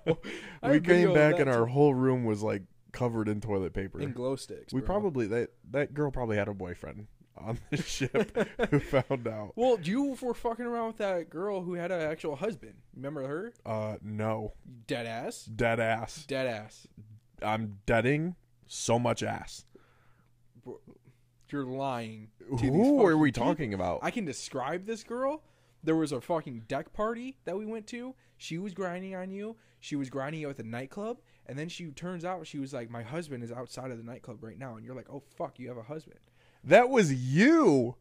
Speaker 2: I
Speaker 1: we
Speaker 2: have video
Speaker 1: came
Speaker 2: of
Speaker 1: back
Speaker 2: that
Speaker 1: and our
Speaker 2: too.
Speaker 1: whole room was like covered in toilet paper.
Speaker 2: in glow sticks.
Speaker 1: we
Speaker 2: bro.
Speaker 1: probably that that girl probably had a boyfriend on
Speaker 2: [LAUGHS]
Speaker 1: the ship who found out.
Speaker 2: Well, you were fucking around with that girl who had an actual husband. Remember her?
Speaker 1: Uh, no,
Speaker 2: Dead ass.
Speaker 1: dead ass.
Speaker 2: Dead ass.
Speaker 1: I'm deading so much ass.
Speaker 2: You're lying. to these
Speaker 1: Who are
Speaker 2: fucking
Speaker 1: we
Speaker 2: people.
Speaker 1: talking about?
Speaker 2: I can describe this girl. There was a fucking deck party that we went to. She was grinding on you. She was grinding you at the nightclub, and then she turns out she was like, "My husband is outside of the nightclub right now," and you're like, "Oh fuck, you have a husband."
Speaker 1: That was you.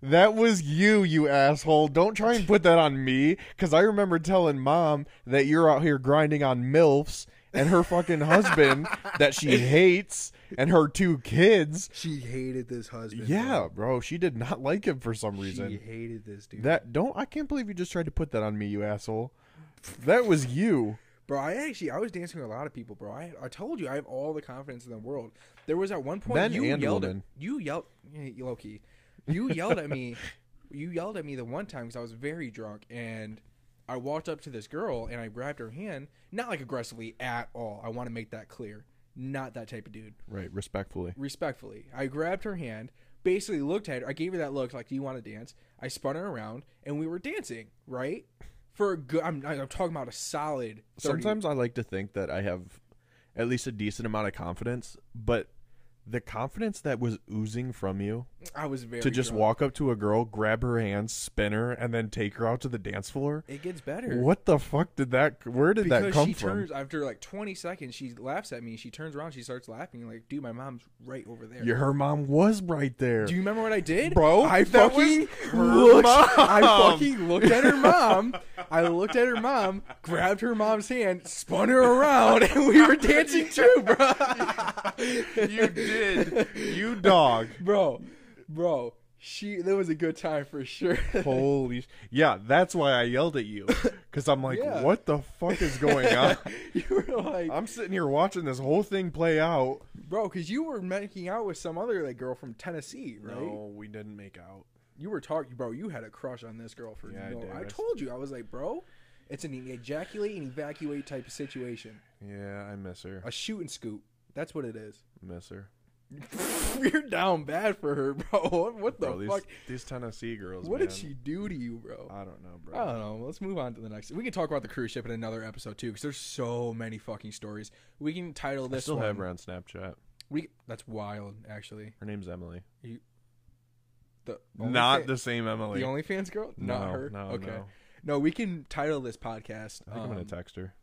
Speaker 1: That was you, you asshole. Don't try and put that on me because I remember telling mom that you're out here grinding on MILFs and her fucking
Speaker 2: [LAUGHS]
Speaker 1: husband that she hates and her two kids.
Speaker 2: She hated this husband.
Speaker 1: Yeah, bro. She did not like him for some
Speaker 2: She
Speaker 1: reason.
Speaker 2: hated this dude.
Speaker 1: That don't I can't believe you just tried to put that on me, you asshole. That was you.
Speaker 2: Bro, I actually I was dancing with a lot of people, bro. I I told you I have all the confidence in the world. There was at one point
Speaker 1: Men
Speaker 2: you
Speaker 1: and
Speaker 2: yelled
Speaker 1: women.
Speaker 2: at you yelled Loki. You yelled at me. [LAUGHS] You yelled at me the one time because I was very drunk and I walked up to this girl and I grabbed her hand, not like aggressively at all. I want to make that clear. Not that type of dude.
Speaker 1: Right, respectfully.
Speaker 2: Respectfully, I grabbed her hand, basically looked at her. I gave her that look like, "Do you want to dance?" I spun her around and we were dancing, right? For a good, I'm, I'm talking about a solid. 30
Speaker 1: Sometimes I like to think that I have at least a decent amount of confidence, but the confidence that was oozing from you
Speaker 2: I was very
Speaker 1: to just
Speaker 2: drunk.
Speaker 1: walk up to a girl, grab her hand, spin her, and then take her out to the dance floor.
Speaker 2: It gets better.
Speaker 1: What the fuck did that? Where did
Speaker 2: Because
Speaker 1: that come
Speaker 2: she
Speaker 1: from?
Speaker 2: turns after like 20 seconds, she laughs at me. She turns around, she starts laughing. Like, dude, my mom's right over there.
Speaker 1: Yeah, her mom was right there.
Speaker 2: Do you remember what I did,
Speaker 1: Bro,
Speaker 2: I
Speaker 1: that
Speaker 2: fucking
Speaker 1: was her
Speaker 2: looked.
Speaker 1: mom.
Speaker 2: I fucking looked at her mom. I looked at her mom, grabbed her mom's hand, spun her around, and we were dancing too, bro.
Speaker 1: You [LAUGHS] did, you dog.
Speaker 2: bro, bro. She. That was a good time for sure. [LAUGHS]
Speaker 1: Holy, sh- yeah. That's why I yelled at you, because I'm like,
Speaker 2: Yeah.
Speaker 1: what the fuck is
Speaker 2: [LAUGHS]
Speaker 1: going on?
Speaker 2: you were like,
Speaker 1: I'm sitting here watching this whole thing play out.
Speaker 2: bro, because you were making out with some other like girl from Tennessee, right?
Speaker 1: we didn't make out.
Speaker 2: you were talking, bro. You had a crush on this girl for
Speaker 1: Yeah, I
Speaker 2: no.
Speaker 1: did.
Speaker 2: I, told you, I was like, bro, It's an ejaculate and evacuate type of situation.
Speaker 1: Yeah, I miss her.
Speaker 2: A shoot and scoop. That's what it is. [LAUGHS]
Speaker 1: miss her.
Speaker 2: You're down bad for her, bro. [LAUGHS] What, what the
Speaker 1: Bro, these,
Speaker 2: fuck?
Speaker 1: these Tennessee girls.
Speaker 2: What
Speaker 1: man.
Speaker 2: did she Oh, do to you, bro?
Speaker 1: I don't know, bro.
Speaker 2: I don't know. Let's move on to the next. We can talk about the cruise ship in another episode too, because there's so many fucking stories. We can title
Speaker 1: I
Speaker 2: this
Speaker 1: still
Speaker 2: one.
Speaker 1: have her on Snapchat.
Speaker 2: We that's wild, actually.
Speaker 1: Her name's Emily.
Speaker 2: The
Speaker 1: Not
Speaker 2: OnlyFan-
Speaker 1: the same Emily.
Speaker 2: the OnlyFans girl,
Speaker 1: no,
Speaker 2: not her.
Speaker 1: No,
Speaker 2: okay,
Speaker 1: no.
Speaker 2: No, we can title this podcast.
Speaker 1: I think I'm gonna
Speaker 2: um,
Speaker 1: text her.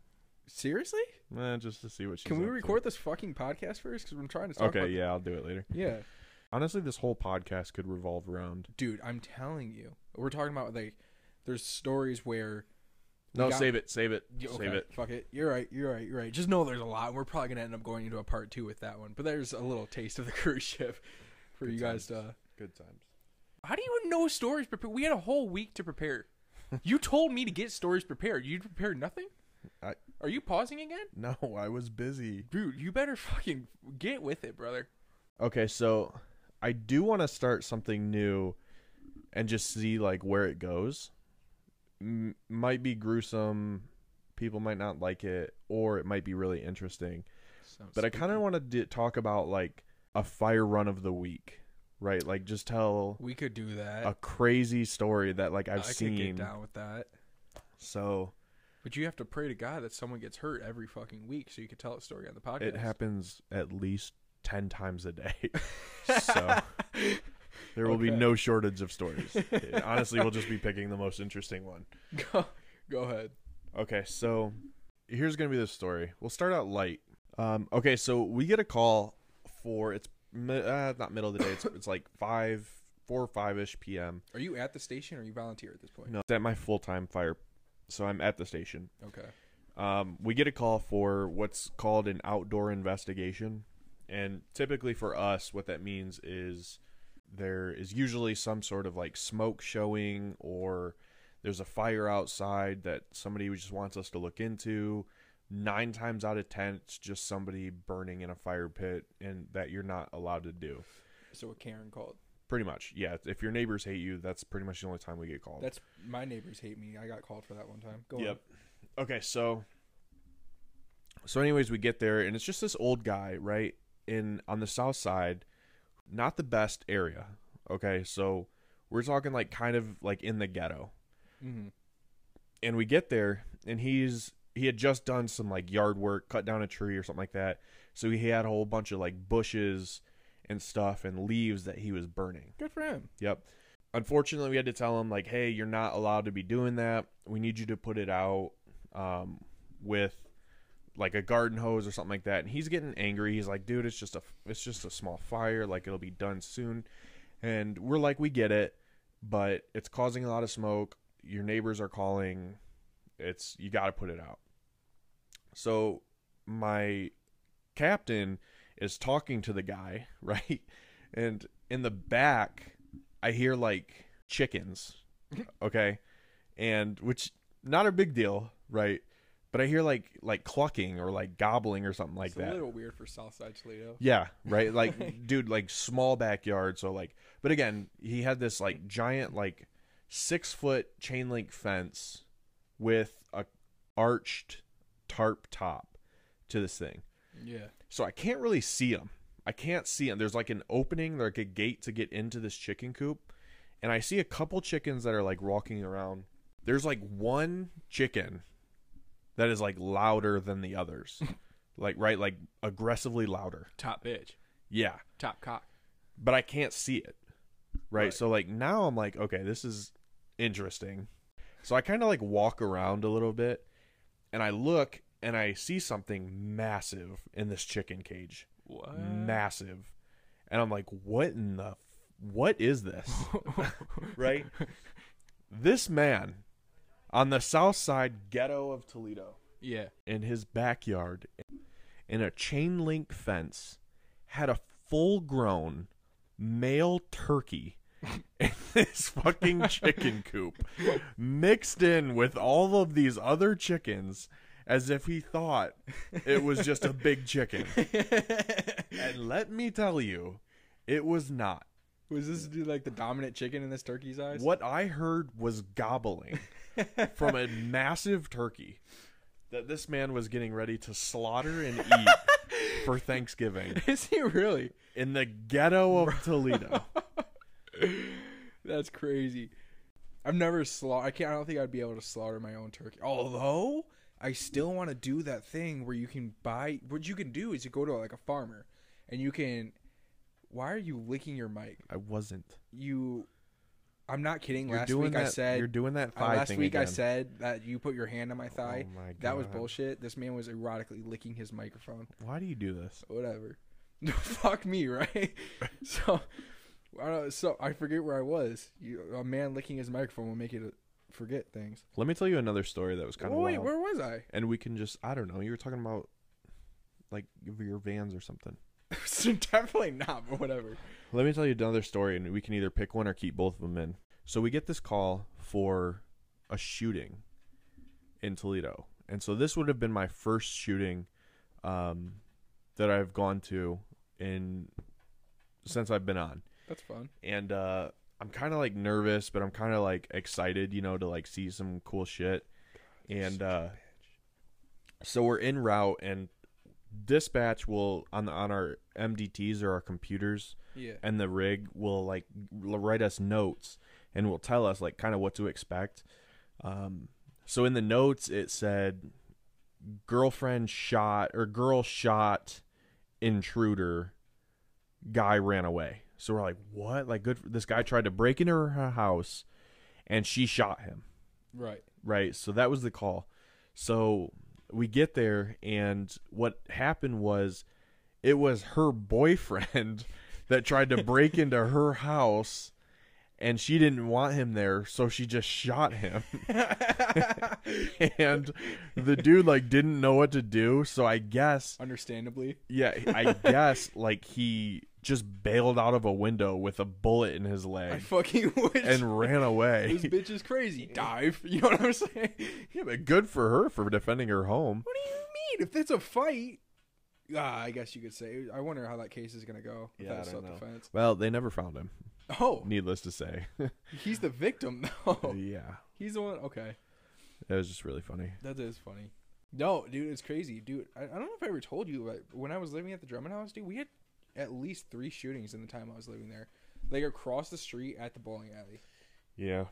Speaker 2: seriously?
Speaker 1: Eh, just to see what she's.
Speaker 2: Can we
Speaker 1: up to.
Speaker 2: record this fucking podcast first? Because I'm trying to talk
Speaker 1: Okay,
Speaker 2: about
Speaker 1: yeah, I'll do it later.
Speaker 2: Yeah,
Speaker 1: Honestly, this whole podcast could revolve around.
Speaker 2: dude, I'm telling you, we're talking about like there's stories where
Speaker 1: No,
Speaker 2: got-
Speaker 1: save it, save it,
Speaker 2: Yeah,
Speaker 1: save
Speaker 2: okay,
Speaker 1: it.
Speaker 2: Fuck it. You're right. You're right. You're right. Just know there's a lot. We're probably gonna end up going into a part two with that one. But there's a little taste of the [LAUGHS] cruise ship for
Speaker 1: Good
Speaker 2: you guys
Speaker 1: times.
Speaker 2: to. uh,
Speaker 1: Good times.
Speaker 2: How do you know stories prepared? We had a whole week to prepare.
Speaker 1: [LAUGHS]
Speaker 2: you told me to get stories prepared. You prepared nothing.
Speaker 1: I-
Speaker 2: Are you pausing again,
Speaker 1: No, I was busy.
Speaker 2: dude? You better fucking get with it, brother.
Speaker 1: Okay, so I do want to start something new, and just see like where it goes. M- might be gruesome. People might not like it, or it might be really interesting. But I kind of want to d- talk about like a fire run of the week, right? Like just tell
Speaker 2: We could do that.
Speaker 1: a crazy story that like I've
Speaker 2: I could get
Speaker 1: seen.
Speaker 2: down with that.
Speaker 1: So
Speaker 2: But you have to pray to God that someone gets hurt every fucking week, so you could tell a story on the podcast.
Speaker 1: it happens at least ten times a
Speaker 2: [LAUGHS]
Speaker 1: day. so there will be
Speaker 2: Okay.
Speaker 1: no shortage of stories. It- honestly, we'll just be picking the most interesting one.
Speaker 2: [LAUGHS] go, go ahead.
Speaker 1: Okay, so here's gonna be the story. We'll start out light. Um, okay, so we get a call for it's mi- uh, not middle of the day. It's it's like five, four or five ish p.m.
Speaker 2: Are you at the station or are you volunteer at this point?
Speaker 1: No, it's at my full time fire, so I'm at the station.
Speaker 2: Okay.
Speaker 1: Um, we get a call for what's called an outdoor investigation, and typically for us, what that means is there is usually some sort of like smoke showing or there's a fire outside that somebody just wants us to look into. Nine times out of ten, it's just somebody burning in a fire pit, and that you're not allowed to do.
Speaker 2: So what Karen called.
Speaker 1: Pretty much, yeah. If your neighbors hate you, that's pretty much the only time we get called.
Speaker 2: That's my neighbors hate me. I got called for that one time. Go
Speaker 1: Oh. Yep. Okay, so so anyways, we get there and it's just this old guy, right? In on the south side, not the best area. Okay, so we're talking like kind of like in the ghetto.
Speaker 2: on. Mm-hmm.
Speaker 1: And we get there and he's he had just done some like yard work, cut down a tree or something like that. So he had a whole bunch of like bushes and stuff and leaves that he was burning.
Speaker 2: Good for him.
Speaker 1: Yep. Unfortunately, we had to tell him like, "Hey, you're not allowed to be doing that. We need you to put it out um, with like a garden hose or something like that." And he's getting angry. He's like, "Dude, it's just a it's just a small fire. Like it'll be done soon." And we're like, "We get it, but it's causing a lot of smoke. Your neighbors are calling. It's you got to put it out." So my captain is talking to the guy, [LAUGHS] right? And in the back, I hear like
Speaker 2: [LAUGHS]
Speaker 1: chickens, okay, and which not a big deal, right? But I hear like like clucking or like gobbling or something like
Speaker 2: it's
Speaker 1: that.
Speaker 2: a little weird for Southside Toledo.
Speaker 1: Yeah, right. Like, dude, like small backyard. So like, but again, he had this like giant like six foot chain link fence with a arched tarp top to this thing.
Speaker 2: Yeah.
Speaker 1: So I can't really see him. I can't see him. There's like an opening, like a gate to get into this chicken coop, and I see a couple chickens that are like walking around. There's like one chicken that is like louder than the others. Like right, like aggressively louder.
Speaker 2: Top bitch.
Speaker 1: Yeah.
Speaker 2: Top cock.
Speaker 1: But I can't see it. Right?
Speaker 2: Right.
Speaker 1: So like now I'm like, okay, this is interesting. So I kind of like walk around a little bit and I look and I see something massive in this chicken cage.
Speaker 2: What? [LAUGHS]
Speaker 1: Massive. And I'm like, what in the f- what is this? right? This man on the south side ghetto of Toledo [LAUGHS]
Speaker 2: yeah.
Speaker 1: in his backyard in a chain link fence had a full grown male turkey [LAUGHS] in this fucking chicken coop mixed in with all of these other chickens as if he thought it was just a big chicken. And let me tell you, it was not.
Speaker 2: Was this dude like the dominant chicken in this turkey's eyes?
Speaker 1: What I heard was gobbling. from a massive turkey that this man was getting ready to slaughter and eat
Speaker 2: [LAUGHS]
Speaker 1: for Thanksgiving
Speaker 2: [LAUGHS] Is he really?
Speaker 1: in the ghetto of
Speaker 2: [LAUGHS]
Speaker 1: Toledo.
Speaker 2: That's crazy. I've never slaughtered. I can't. I don't think I'd be able to slaughter my own turkey. Although I still want to do that thing where you can buy. What you can do is you go to like a farmer, and you can. Why are you licking your mic?
Speaker 1: I wasn't.
Speaker 2: You. I'm not kidding.
Speaker 1: You're
Speaker 2: last
Speaker 1: doing
Speaker 2: week
Speaker 1: that.
Speaker 2: I said.
Speaker 1: you're doing that
Speaker 2: uh,
Speaker 1: thigh
Speaker 2: last
Speaker 1: thing
Speaker 2: week I
Speaker 1: again.
Speaker 2: said that you put your hand on my thigh.
Speaker 1: Oh my
Speaker 2: that was
Speaker 1: God.
Speaker 2: bullshit. This man was erotically licking his microphone
Speaker 1: Why do you do this?
Speaker 2: whatever. [LAUGHS] Fuck me, right? [LAUGHS] so, I don't, so I forget where I was. You, a man licking his microphone will make you forget things.
Speaker 1: Let me tell you another story that was kind
Speaker 2: Oh,
Speaker 1: of
Speaker 2: wait,
Speaker 1: wild.
Speaker 2: where was I? [LAUGHS]
Speaker 1: And we can just I don't know. You were talking about like your vans or something.
Speaker 2: so definitely not, but whatever.
Speaker 1: Let me tell you another story, and we can either pick one or keep both of them in. So we get this call for a shooting in Toledo, and so this would have been my first shooting um, that I've gone to in since I've been on,
Speaker 2: That's fun.
Speaker 1: and uh, I'm kind of like nervous, but I'm kind of like excited, you know, to like see some cool shit. And uh, so we're en route, and dispatch will on the, on our MDTs or our computers
Speaker 2: Yeah.
Speaker 1: and the rig will like l- write us notes and will tell us like kind of what to expect. Um, so in the notes it said girlfriend shot or girl shot intruder guy ran away. So we're like what? Like good this guy tried to break into her her house and she shot him,
Speaker 2: Right.
Speaker 1: right? So that was the call. So we get there and what happened was it was her boyfriend [LAUGHS] that tried to break into her house and she didn't want him there so she just shot him [LAUGHS] and the dude like didn't know what to do so i guess
Speaker 2: Understandably.
Speaker 1: yeah i guess [LAUGHS] like he just bailed out of a window with a bullet in his
Speaker 2: I
Speaker 1: leg
Speaker 2: fucking [LAUGHS] wish.
Speaker 1: and ran
Speaker 2: [LAUGHS]
Speaker 1: away
Speaker 2: this bitch is crazy. Dive. [LAUGHS] You know what I'm saying? What do
Speaker 1: [LAUGHS] yeah but good for her for defending her home
Speaker 2: you mean? If it's a fight. Ah, I guess you could say. I wonder how that case is gonna go. if
Speaker 1: Yeah,
Speaker 2: that's
Speaker 1: I don't know.
Speaker 2: self-defense.
Speaker 1: well they never found him
Speaker 2: Oh,
Speaker 1: needless to [LAUGHS] say
Speaker 2: he's the victim [LAUGHS] though.
Speaker 1: yeah
Speaker 2: He's the one. Okay.
Speaker 1: it was just really funny
Speaker 2: That is funny. No, dude, it's crazy, dude. I, I don't know if I ever told you, but when I was living at the Drummond House, dude, we had at least three shootings in the time I was living there, like across the street at the bowling alley.
Speaker 1: yeah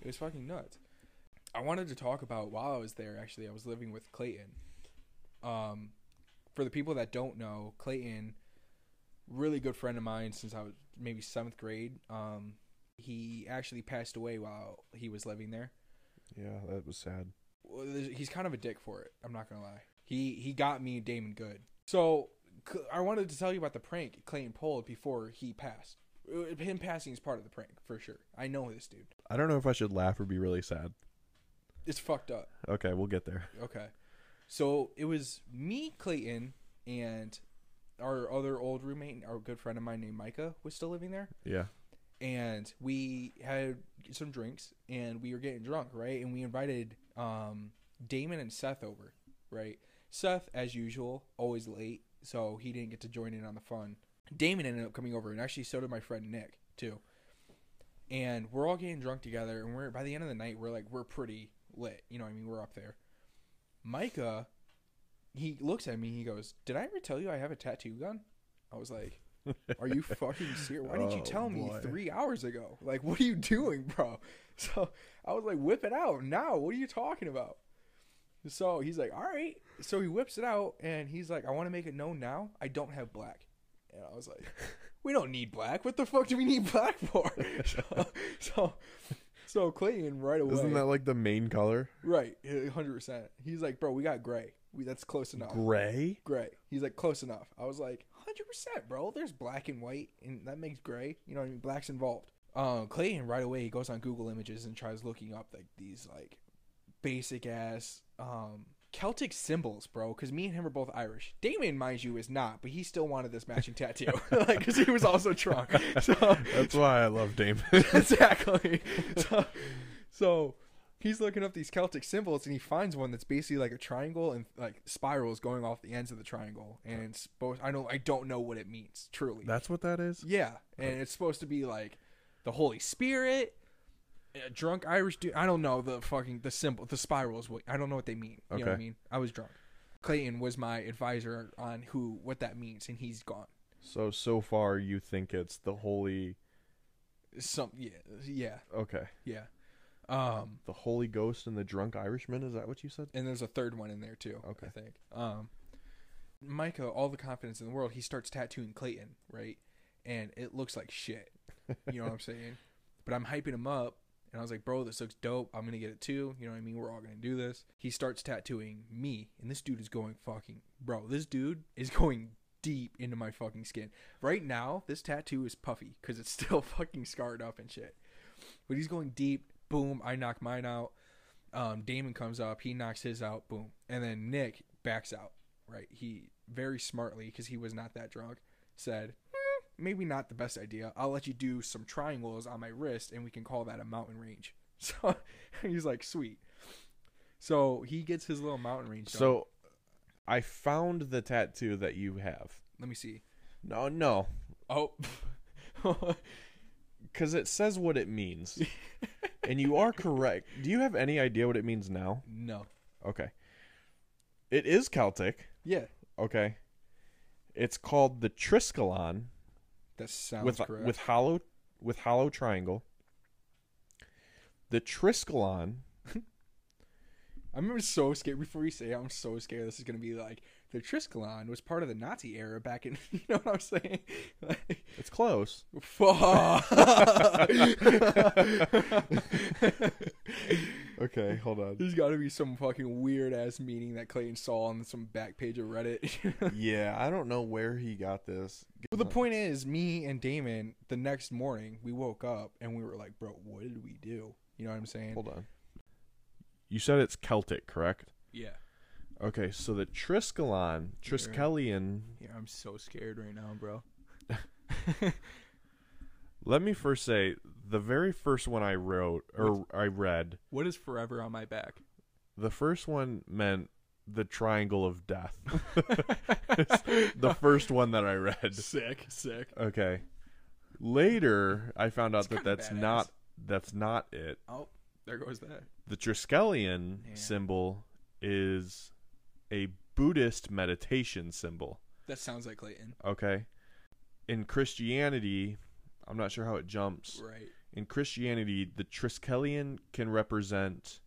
Speaker 2: It was fucking nuts. I wanted to talk about while I was there. Actually, I was living with Clayton. Um, for the people that don't know, Clayton, really good friend of mine since I was maybe seventh grade. Um, he actually passed away while he was living there.
Speaker 1: yeah that was sad
Speaker 2: Well, there's- he's kind of a dick for it. I'm not gonna lie. He he got me Damon Good. So c- I wanted to tell you about the prank Clayton pulled before he passed. Uh, Him passing is part of the prank for sure. I know this dude.
Speaker 1: i don't know if i should laugh or be really sad
Speaker 2: It's fucked up.
Speaker 1: okay we'll get there
Speaker 2: Okay. So it was me, Clayton, and our other old roommate, our good friend of mine named Micah, was still living there.
Speaker 1: yeah
Speaker 2: and we had some drinks and we were getting drunk, right? And we invited um, Damon and Seth over, right? Seth, as usual, always late, so he didn't get to join in on the fun. Damon ended up coming over, and actually, so did my friend Nick too. And we're all getting drunk together, and we're by the end of the night, we're like we're pretty lit, you know. what I mean, we're up there. Micah, he looks at me, he goes, "Did I ever tell you I have a tattoo gun?" I was like, are
Speaker 1: [LAUGHS]
Speaker 2: you fucking serious? Why didn't you
Speaker 1: Oh,
Speaker 2: tell me
Speaker 1: boy.
Speaker 2: three hours ago? Like, what are you doing, bro? [LAUGHS] So I was like, whip it out now. What are you talking about? So he's like, all right. So he whips it out and he's like, I want to make it known now. I don't have black. And
Speaker 1: [LAUGHS]
Speaker 2: I was like, we don't need black. What the fuck do we need black for? [LAUGHS] so, so, so Clayton right away.
Speaker 1: Isn't that like the main color?
Speaker 2: right. 100%. He's like, bro, we got gray. We, that's close enough
Speaker 1: Gray?
Speaker 2: gray. He's like, close enough. I was like, 100%, bro. There's black and white, and that makes gray. You know what I mean? Black's involved. Um, Clayton right away he goes on Google Images and tries looking up like these like basic ass um, Celtic symbols, bro. Because me and him are both Irish. Damon, mind you, is not, but he still wanted this matching tattoo [LAUGHS] because he was also drunk. So
Speaker 1: That's why I love Damon. [LAUGHS]
Speaker 2: exactly. So, so he's looking up these Celtic symbols and he finds one that's basically like a triangle and like spirals going off the ends of the triangle. And it's supposed I don't I don't know what it means, truly.
Speaker 1: That's what that is?
Speaker 2: yeah. And it's supposed to be like the Holy Spirit a drunk Irish dude. I don't know the fucking the simple the spirals. What I don't know what they mean. You know what I
Speaker 1: Okay.
Speaker 2: mean? I was drunk. Clayton was my advisor on who what that means, and he's gone.
Speaker 1: So so far, you think it's the holy?
Speaker 2: Some yeah yeah
Speaker 1: Okay,
Speaker 2: yeah. Um,
Speaker 1: the Holy Ghost and the drunk Irishman. Is that what you said?
Speaker 2: and there's a third one in there too.
Speaker 1: Okay.
Speaker 2: I think. Um, Micah, all the confidence in the world, he starts tattooing Clayton, right? And it looks like shit. You know what I'm saying? But I'm hyping him up, and I was like, bro, this looks dope. I'm gonna get it too. You know what I mean? We're all gonna do this. He starts tattooing me, and this dude is going fucking, bro. This dude is going deep into my fucking skin right now. This tattoo is puffy because it's [LAUGHS] still fucking scarred up and shit. But he's going deep. Boom! I knock mine out um, Damon comes up, he knocks his out, boom, and then Nick backs out. Right, he very smartly because he was not that drunk said, "Hmm, maybe not the best idea. I'll let you do some triangles on my wrist, and we can call that a mountain range. [LAUGHS] So he's like, sweet. So he gets his little mountain range. Done.
Speaker 1: So, I found the tattoo that you have.
Speaker 2: let me see.
Speaker 1: No, no,
Speaker 2: Oh, [LAUGHS]
Speaker 1: because it says what it means, and you are correct. Do you have any idea what it means now?
Speaker 2: no.
Speaker 1: Okay, it is Celtic.
Speaker 2: Yeah,
Speaker 1: Okay, it's called the Triskelon
Speaker 2: that sounds
Speaker 1: with
Speaker 2: correct.
Speaker 1: with hollow with hollow triangle. The Triskelon
Speaker 2: I'm remember so scared before you say it, I'm so scared this is gonna be like the Triskelon was part of the Nazi era back in [LAUGHS] you know what I'm saying? Like,
Speaker 1: It's close.
Speaker 2: fuck.
Speaker 1: Okay, hold on.
Speaker 2: [LAUGHS] There's gotta be some fucking weird ass meeting that Clayton saw on some back page of Reddit. [LAUGHS]
Speaker 1: yeah, I don't know where he got this.
Speaker 2: Well, the point is, me and Damon, the next morning, we woke up and we were like, bro, what did we do? You know what I'm saying?
Speaker 1: Hold on. You said it's Celtic, correct?
Speaker 2: Yeah.
Speaker 1: Okay, so the Triskelon, Triskelion.
Speaker 2: Yeah, I'm so scared right now, bro.
Speaker 1: Let me first say the very first one I wrote or I read,
Speaker 2: What is forever on my back?
Speaker 1: the first one meant the triangle of death. [LAUGHS] the
Speaker 2: [LAUGHS]
Speaker 1: first one that I read.
Speaker 2: Sick, sick.
Speaker 1: Okay. Later, I found out
Speaker 2: It's
Speaker 1: that
Speaker 2: kinda
Speaker 1: that's
Speaker 2: badass.
Speaker 1: not that's not it.
Speaker 2: Oh, there goes that.
Speaker 1: The Triskelion
Speaker 2: Yeah.
Speaker 1: symbol is a Buddhist meditation symbol.
Speaker 2: That sounds like Clayton.
Speaker 1: Okay. In Christianity, I'm not sure how it jumps.
Speaker 2: Right.
Speaker 1: In Christianity, the Triskelion can represent.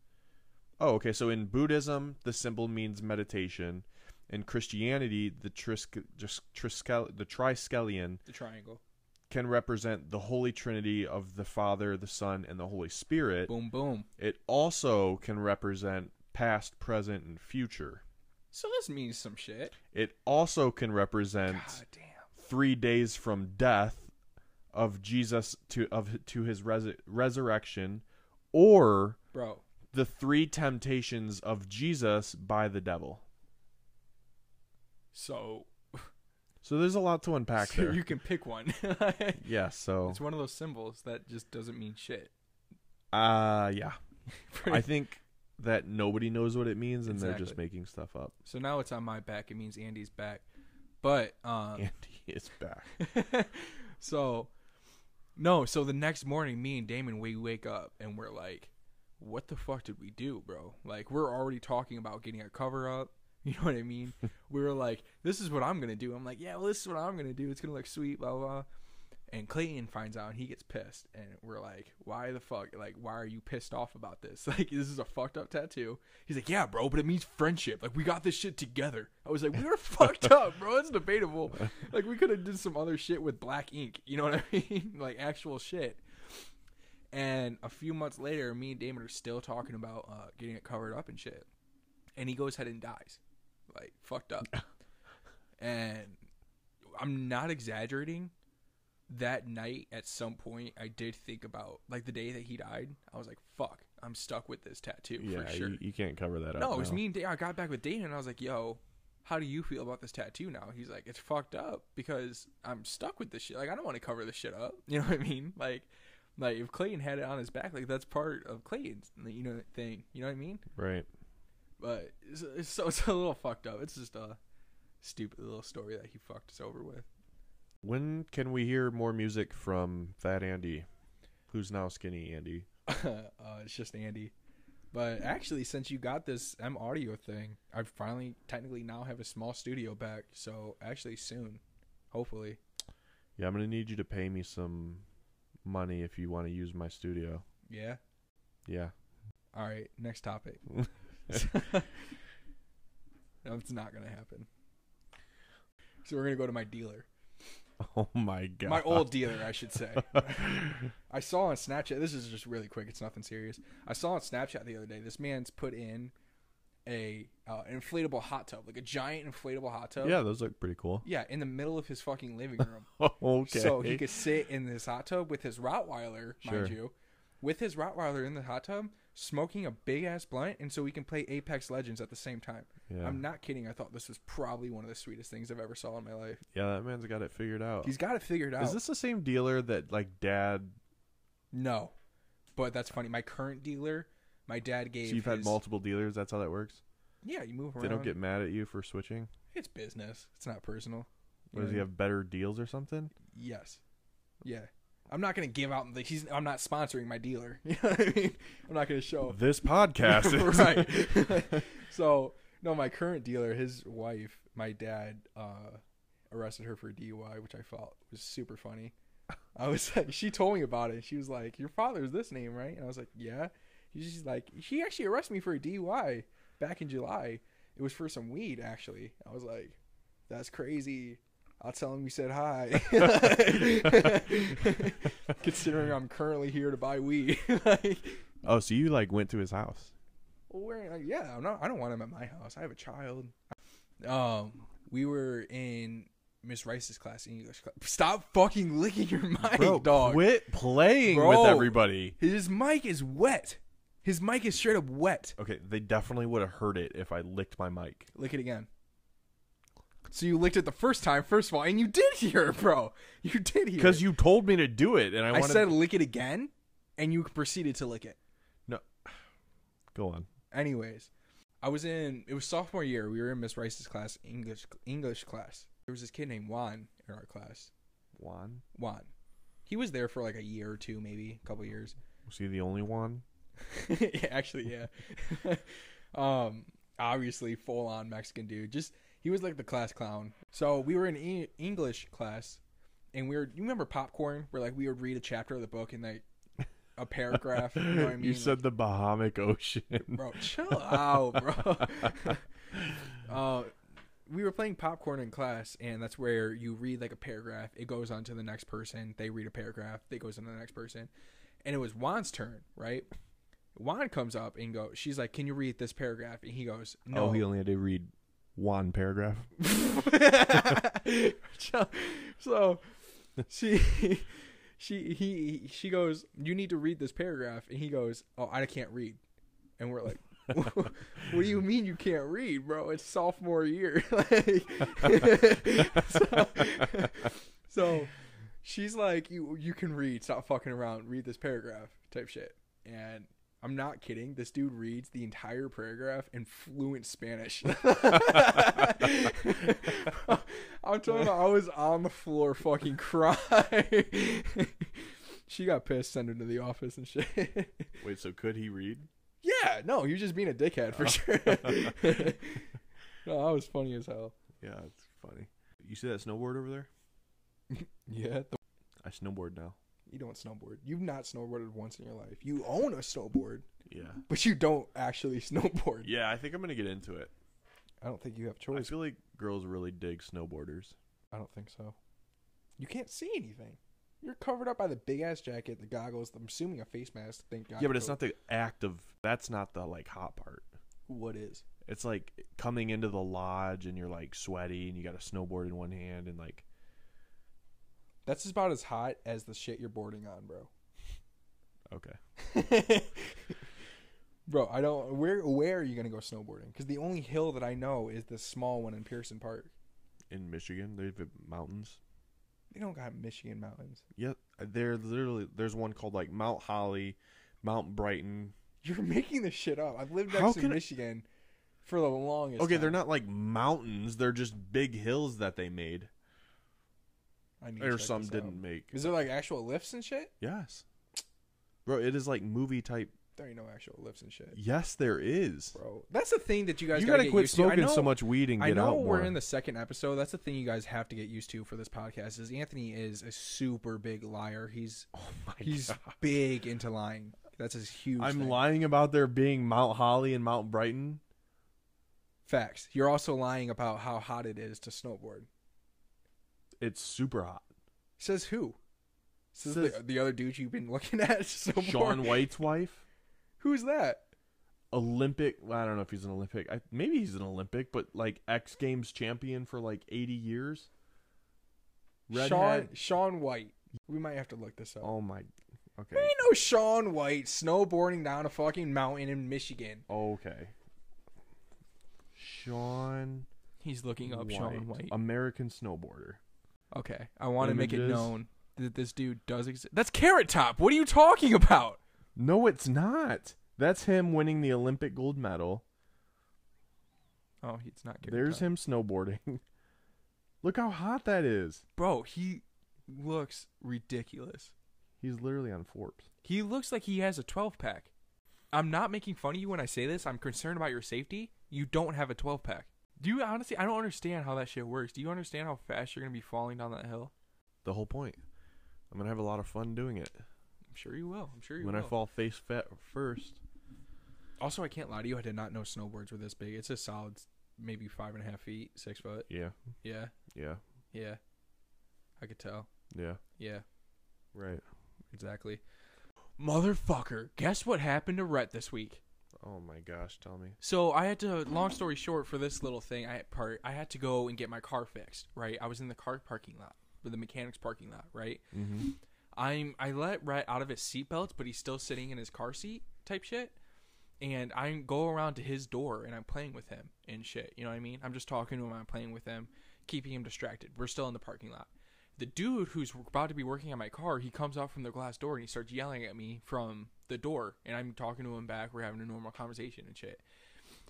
Speaker 1: Oh, okay. So in Buddhism, the symbol means meditation. In Christianity, the Trisk, Tris- Triskel, the Triskelion
Speaker 2: The triangle.
Speaker 1: can represent the Holy Trinity of the Father, the Son, and the Holy Spirit.
Speaker 2: Boom, boom.
Speaker 1: It also can represent past, present, and future.
Speaker 2: So this means some shit.
Speaker 1: It also can represent
Speaker 2: God damn.
Speaker 1: three days from death of Jesus to of to his res- resurrection, or
Speaker 2: Bro,
Speaker 1: the three temptations of Jesus by the devil.
Speaker 2: so,
Speaker 1: So there's a lot to unpack
Speaker 2: so
Speaker 1: there.
Speaker 2: [LAUGHS] you can pick one.
Speaker 1: yeah. So
Speaker 2: It's one of those symbols that just doesn't mean shit. [LAUGHS]
Speaker 1: uh yeah, I think that nobody knows what it means, and they're just
Speaker 2: Exactly.
Speaker 1: making stuff up.
Speaker 2: so now it's on my back. It means Andy's back. But um
Speaker 1: And he is back.
Speaker 2: [LAUGHS] so no, so the next morning me and Damon we wake up and we're like, What the fuck did we do, bro? Like we're already talking about getting a cover up. [LAUGHS] You know what I mean? we were like, This is what I'm gonna do. I'm like, Yeah, well this is what I'm gonna do. It's gonna look sweet, blah blah blah. And Clayton finds out and he gets pissed and we're like, Why the fuck? Like, why are you pissed off about this? [LAUGHS] Like this is a fucked up tattoo. He's like, Yeah, bro, but it means friendship. Like we got this shit together. I was like, We were [LAUGHS] fucked up, bro. It's debatable. Like we could have did some other shit with black ink. You know what I [LAUGHS] mean? like actual shit. And a few months later, me and Damon are still talking about uh, getting it covered up and shit. And he goes ahead and dies. Like fucked up. and I'm not exaggerating. That night, at some point, I did think about like the day that he died. I was like, "Fuck, I'm stuck with this tattoo
Speaker 1: Yeah,
Speaker 2: for sure."
Speaker 1: you, you can't cover that up.
Speaker 2: No, it was
Speaker 1: now.
Speaker 2: me and Dana. I got back with Dana and I was like, yo, how do you feel about this tattoo now? He's like, it's fucked up because I'm stuck with this shit. Like, I don't want to cover this shit up. [LAUGHS] You know what I mean? Like, like if Clayton had it on his back, like that's part of Clayton's, you know, thing. You know what I mean?
Speaker 1: Right.
Speaker 2: But it's, it's so [LAUGHS] it's a little fucked up. It's just a stupid little story that he fucked us over with. [LAUGHS]
Speaker 1: When can we hear more music from Fat Andy, who's now Skinny Andy?
Speaker 2: uh, it's just Andy. But actually, since you got this M Audio thing, I finally technically now have a small studio back. So actually, soon, hopefully.
Speaker 1: Yeah, I'm gonna need you to pay me some money if you want to use my studio.
Speaker 2: Yeah.
Speaker 1: Yeah. [LAUGHS]
Speaker 2: All right. Next topic. [LAUGHS] no, it's not gonna happen. So we're gonna go to my dealer,
Speaker 1: Oh my god.
Speaker 2: my old dealer, I should say. I saw on Snapchat. This is just really quick. It's nothing serious. I saw on Snapchat the other day. This man's put in a uh, an inflatable hot tub, like a giant inflatable hot tub.
Speaker 1: yeah, those look pretty cool. [LAUGHS]
Speaker 2: Yeah, in the middle of his fucking living room.
Speaker 1: okay.
Speaker 2: So he could sit in this hot tub with his Rottweiler,
Speaker 1: Sure.
Speaker 2: mind you, with his Rottweiler in the hot tub, smoking a big ass blunt, and so we can play Apex Legends at the same time.
Speaker 1: yeah.
Speaker 2: I'm not kidding. I thought this was probably one of the sweetest things I've ever saw in my life.
Speaker 1: yeah, that man's got it figured out.
Speaker 2: He's got it figured out.
Speaker 1: Oh. Is this the same dealer that like dad?
Speaker 2: no, but that's funny. My current dealer, my dad gave.
Speaker 1: So you've had
Speaker 2: his-
Speaker 1: multiple dealers. That's how that works.
Speaker 2: Yeah, you move around.
Speaker 1: They don't get mad at you for switching.
Speaker 2: It's business. It's not personal.
Speaker 1: What, does he have better deals or something?
Speaker 2: Yes. Yeah. I'm not gonna give out. The, he's. I'm not sponsoring my dealer. [LAUGHS] You know
Speaker 1: [LAUGHS]
Speaker 2: what I mean? I'm not gonna show.
Speaker 1: This
Speaker 2: [LAUGHS]
Speaker 1: podcast is
Speaker 2: Oh. right. so no, my current dealer, his wife, my dad, uh, arrested her for DUI, which I thought was super funny. I was [LAUGHS] like, she told me about it. She was like, "Your father's this name, right?" And I was like, "Yeah." She's like, "She actually arrested me for a DUI back in July. It was for some weed, actually." I was like, "That's crazy." I'll tell him you said hi. [LAUGHS] Considering I'm currently here to buy weed, [LAUGHS] like,
Speaker 1: [LAUGHS] Oh, so you like went to his house?
Speaker 2: well, we're like, yeah, I'm not, I don't want him at my house. I have a child. Um, we were in Miss Rice's class in English. Class. Stop fucking licking your mic, dog.
Speaker 1: quit playing
Speaker 2: Bro.
Speaker 1: with everybody.
Speaker 2: His mic is wet. His mic is straight up wet.
Speaker 1: Okay, they definitely would have heard it if I licked my mic.
Speaker 2: Lick it again. So you licked it the first time, first of all, and you did hear it, bro. You did hear.
Speaker 1: Because
Speaker 2: it.
Speaker 1: you told me to do it, and I,
Speaker 2: I
Speaker 1: wanted
Speaker 2: said lick it again, and you proceeded to lick it.
Speaker 1: go on.
Speaker 2: Anyways, I was in it was sophomore year. We were in Miss Rice's class, English English class. There was this kid named Juan in our class.
Speaker 1: Juan
Speaker 2: Juan. He was there for like a year or two, maybe a couple years.
Speaker 1: was he the only one?
Speaker 2: Yeah, [LAUGHS] Actually, yeah. [LAUGHS] um, obviously, full on Mexican dude. Just he was like the class clown. So we were in e- English class, and we were. You remember popcorn? Where like we would read a chapter of the book and like a paragraph. You know what I
Speaker 1: [LAUGHS]
Speaker 2: mean?
Speaker 1: you said the Bahamic Ocean. [LAUGHS]
Speaker 2: bro, chill out, bro. [LAUGHS] uh, we were playing popcorn in class, and that's where you read like a paragraph. It goes on to the next person. They read a paragraph. It goes on to the next person. And it was Juan's turn, right? Juan comes up and goes, she's like, "Can you read this paragraph?" And he goes, "No."
Speaker 1: Oh, he only had to read one paragraph.
Speaker 2: [LAUGHS] so, so she she he she goes you need to read this paragraph and he goes oh i can't read and we're like [LAUGHS] what do you mean you can't read bro it's sophomore year [LAUGHS] like [LAUGHS] so, so she's like you you can read stop fucking around read this paragraph type shit and I'm not kidding. This dude reads the entire paragraph in fluent Spanish. [LAUGHS] I'm talking about I was on the floor fucking crying. [LAUGHS] she got pissed, sent him to the office and shit. [LAUGHS]
Speaker 1: Wait, so could he read?
Speaker 2: yeah, no, you're just being a dickhead for sure. [LAUGHS] no, that was funny as hell.
Speaker 1: Yeah, it's funny. You see that snowboard over there?
Speaker 2: Yeah. The-
Speaker 1: I snowboard now.
Speaker 2: you don't snowboard. You've not snowboarded once in your life. You own a snowboard,
Speaker 1: Yeah.
Speaker 2: but you don't actually [LAUGHS] snowboard.
Speaker 1: Yeah, I think I'm gonna get into it.
Speaker 2: I don't think you have
Speaker 1: I
Speaker 2: choice.
Speaker 1: feel like girls really dig snowboarders.
Speaker 2: I don't think so. You can't see anything. You're covered up by the big ass jacket, the goggles. I'm assuming a face mask. Thank God.
Speaker 1: Yeah, but it's not the act of. That's not the like hot part.
Speaker 2: What is?
Speaker 1: It's like coming into the lodge and you're like sweaty and you got a snowboard in one hand and like
Speaker 2: That's about as hot as the shit you're boarding on,
Speaker 1: [LAUGHS]
Speaker 2: bro.
Speaker 1: okay.
Speaker 2: bro, I don't. Where Where are you gonna go snowboarding? Because the only hill that I know is this small one in Pearson Park.
Speaker 1: In Michigan, they have mountains.
Speaker 2: They don't got Michigan mountains. [LAUGHS]
Speaker 1: Yep, there Uh, literally there's one called like Mount Holly, Mount Brighton.
Speaker 2: You're making this shit up. I've lived
Speaker 1: How
Speaker 2: next to
Speaker 1: can I-
Speaker 2: Michigan for the longest.
Speaker 1: okay, they're
Speaker 2: time.
Speaker 1: not like mountains; they're just big hills that they made,
Speaker 2: I need to
Speaker 1: or
Speaker 2: check
Speaker 1: some
Speaker 2: this out.
Speaker 1: didn't make.
Speaker 2: Is there like actual lifts and shit?
Speaker 1: Yes, Bro, it is like movie type.
Speaker 2: There ain't no actual lifts and shit,
Speaker 1: Yes, there is.
Speaker 2: bro. That's the thing that you guys
Speaker 1: You
Speaker 2: gotta,
Speaker 1: gotta
Speaker 2: get
Speaker 1: quit
Speaker 2: used to. I
Speaker 1: smoking
Speaker 2: know-
Speaker 1: so much weed and get
Speaker 2: I know
Speaker 1: out
Speaker 2: we're
Speaker 1: more.
Speaker 2: in the second episode. That's the thing you guys have to get used to for this podcast. Is Anthony is a super big liar.
Speaker 1: [LAUGHS]
Speaker 2: He's
Speaker 1: [LAUGHS] oh my
Speaker 2: [LAUGHS] he's
Speaker 1: God.
Speaker 2: big into lying. That's his huge.
Speaker 1: I'm
Speaker 2: thing.
Speaker 1: lying about there being Mount Holly and Mount Brighton.
Speaker 2: Facts. You're also lying about how hot it is to snowboard.
Speaker 1: It's super
Speaker 2: [LAUGHS]
Speaker 1: hot.
Speaker 2: Says who? Says, the,
Speaker 1: Says-
Speaker 2: the other dude you've been looking [LAUGHS] at. Snowboard.
Speaker 1: Sean White's wife,
Speaker 2: Who's that?
Speaker 1: Olympic. well, I don't know if he's an Olympic. I, maybe he's an Olympic, but like X Games champion for like 80 years. Red
Speaker 2: Sean
Speaker 1: hat.
Speaker 2: Sean White. We might have to look this up.
Speaker 1: Oh my.
Speaker 2: There
Speaker 1: Okay.
Speaker 2: ain't no Sean White snowboarding down a fucking mountain in Michigan.
Speaker 1: Okay. Sean
Speaker 2: He's looking
Speaker 1: White, American snowboarder.
Speaker 2: Okay, I want to make it
Speaker 1: Images.
Speaker 2: known that this dude does exist. That's Carrot Top. What are you talking about?
Speaker 1: No, it's not. That's him winning the Olympic gold medal.
Speaker 2: Oh, he's not Carrot
Speaker 1: There's
Speaker 2: Top.
Speaker 1: him snowboarding. [LAUGHS] Look how hot that is.
Speaker 2: Bro, he looks ridiculous.
Speaker 1: He's literally on Forbes.
Speaker 2: He looks like he has a 12 pack. I'm not making fun of you when I say this. I'm concerned about your safety. You don't have a 12 pack. Do you honestly? I don't understand how that shit works. Do you understand how fast you're gonna be falling down that hill?
Speaker 1: The whole point. I'm gonna have a lot of fun doing it.
Speaker 2: I'm sure you will. I'm sure you
Speaker 1: When
Speaker 2: will.
Speaker 1: I fall face fat first.
Speaker 2: Also, I can't lie to you. I did not know snowboards were this big. It's a solid, maybe five and a half feet, six foot.
Speaker 1: Yeah.
Speaker 2: Yeah,
Speaker 1: Yeah.
Speaker 2: yeah. I could tell.
Speaker 1: Yeah.
Speaker 2: Yeah,
Speaker 1: Right.
Speaker 2: exactly. Motherfucker, guess what happened to Rhett this week?
Speaker 1: Oh my gosh, tell me.
Speaker 2: So I had to. Long story short, for this little thing, I part I had to go and get my car fixed. Right, I was in the car parking lot, the mechanic's parking lot. Right,
Speaker 1: Mm-hmm.
Speaker 2: I'm I let Rhett out of his seatbelt, but he's still sitting in his car seat type shit. And I go around to his door and I'm playing with him and shit. You know what I mean? I'm just talking to him. I'm playing with him, keeping him distracted. We're still in the parking lot. The dude who's about to be working on my car, he comes out from the glass door and he starts yelling at me from the door. And I'm talking to him back. We're having a normal conversation and shit.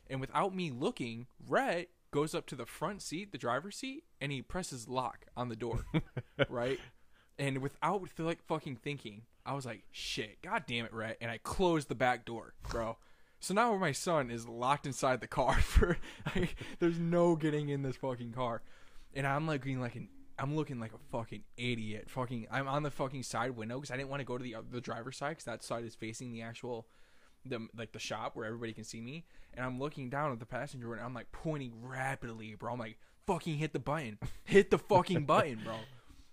Speaker 2: And without me looking, Rhett goes up to the front seat, the driver's seat, and he presses lock on the door. right? And without like fucking thinking, I was like, "Shit, god damn it, Rhett!" And I closed the back door, bro. so now my son is locked inside the car [LAUGHS] for like, there's no getting in this fucking car, and I'm like being like an I'm looking like a fucking idiot. Fucking, I'm on the fucking side window because I didn't want to go to the uh, the driver's side because that side is facing the actual the like the shop where everybody can see me, and I'm looking down at the passenger and I'm like pointing rapidly, bro. I'm like fucking hit the button, hit the fucking button, bro.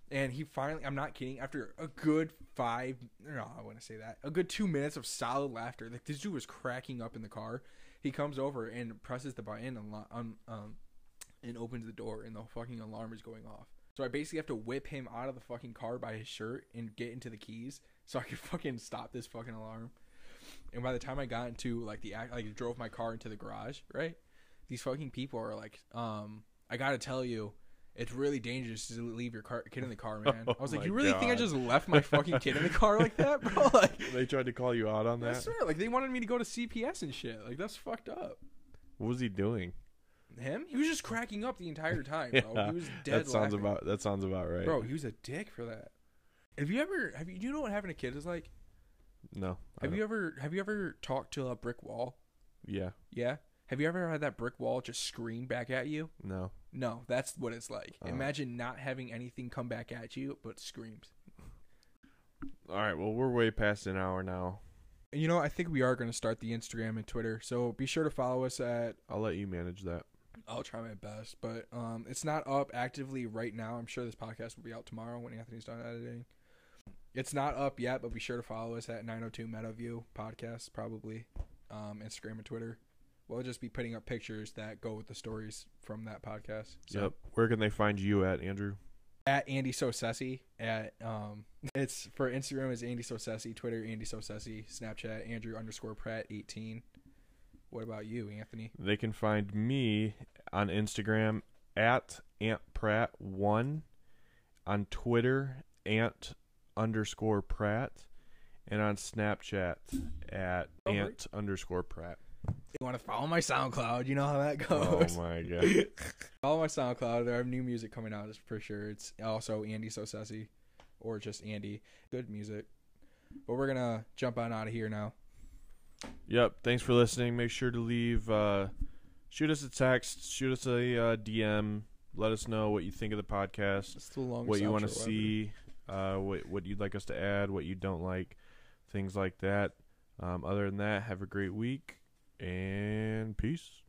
Speaker 2: And he finally, I'm not kidding, after a good five, no, I wouldn't say that, a good two minutes of solid laughter, like this dude was cracking up in the car. He comes over and presses the button and, lo- um, um, and opens the door, and the fucking alarm is going off. So I basically have to whip him out of the fucking car by his shirt and get into the keys so I can [LAUGHS] fucking stop this fucking alarm. And by the time I got into like the act, like drove my car into the garage, right? These fucking people are like, um, I gotta tell you, it's really dangerous to leave your car, kid in the car, man. I was
Speaker 1: [LAUGHS] Oh
Speaker 2: like, you
Speaker 1: my
Speaker 2: really think I
Speaker 1: God.
Speaker 2: just left my fucking kid in the car like that, bro? [LAUGHS] Like,
Speaker 1: [LAUGHS] They tried to call you out on
Speaker 2: I
Speaker 1: that.
Speaker 2: swear, like they wanted me to go to CPS and shit. Like that's fucked up.
Speaker 1: What was he doing?
Speaker 2: Him? He was just cracking up the entire time, bro.
Speaker 1: Yeah,
Speaker 2: he was dead.
Speaker 1: that sounds
Speaker 2: laughing.
Speaker 1: about that sounds about right.
Speaker 2: Bro, he was a dick for that. Have you ever have you do you know what having a kid is like?
Speaker 1: No. I
Speaker 2: Have
Speaker 1: don't-
Speaker 2: you ever have you ever talked to a brick wall?
Speaker 1: Yeah.
Speaker 2: Yeah. Have you ever had that brick wall just scream back at you?
Speaker 1: No.
Speaker 2: No, that's what it's like.
Speaker 1: Oh.
Speaker 2: Imagine not having anything come back at you but screams.
Speaker 1: All right, well, we're way past an hour now.
Speaker 2: And You know, I think we are going to start the Instagram and Twitter. So be sure to follow us at
Speaker 1: I'll let you manage that.
Speaker 2: I'll try my best, but um, it's not up actively right now. I'm sure this podcast will be out tomorrow when Anthony's done editing. It's not up yet, but be sure to follow us at 902 MetaView Podcast, probably um, Instagram and Twitter. We'll just be putting up pictures that go with the stories from that podcast. So
Speaker 1: Yep. Where can they find you at, Andrew?
Speaker 2: at Andy So Sessy at um, [LAUGHS] it's for Instagram is Andy So Sessy, Twitter Andy So Sessy, Snapchat Andrew underscore Pratt 18. What about you, Anthony?
Speaker 1: They can find me on Instagram at Ant Pratt one, on Twitter Ant underscore Pratt, and on Snapchat at
Speaker 2: Oh, right.
Speaker 1: Ant underscore
Speaker 2: [LAUGHS]
Speaker 1: Pratt.
Speaker 2: You want to follow my SoundCloud? You know how that
Speaker 1: Oh
Speaker 2: goes.
Speaker 1: my god!
Speaker 2: [LAUGHS] Follow my SoundCloud. I have new music coming out it's for sure. It's also Andy So Sassy or just Andy. Good music. But we're gonna jump on out of here now.
Speaker 1: Yep. Thanks for listening. Make sure to leave. Uh, shoot us a text. Shoot us a uh, DM. Let us know what you think of the podcast.
Speaker 2: It's the longest.
Speaker 1: What you want to
Speaker 2: outro ever.
Speaker 1: see. Uh, what what you'd like us to add. What you don't like. Things like that. Um, other than that, have a great week and peace.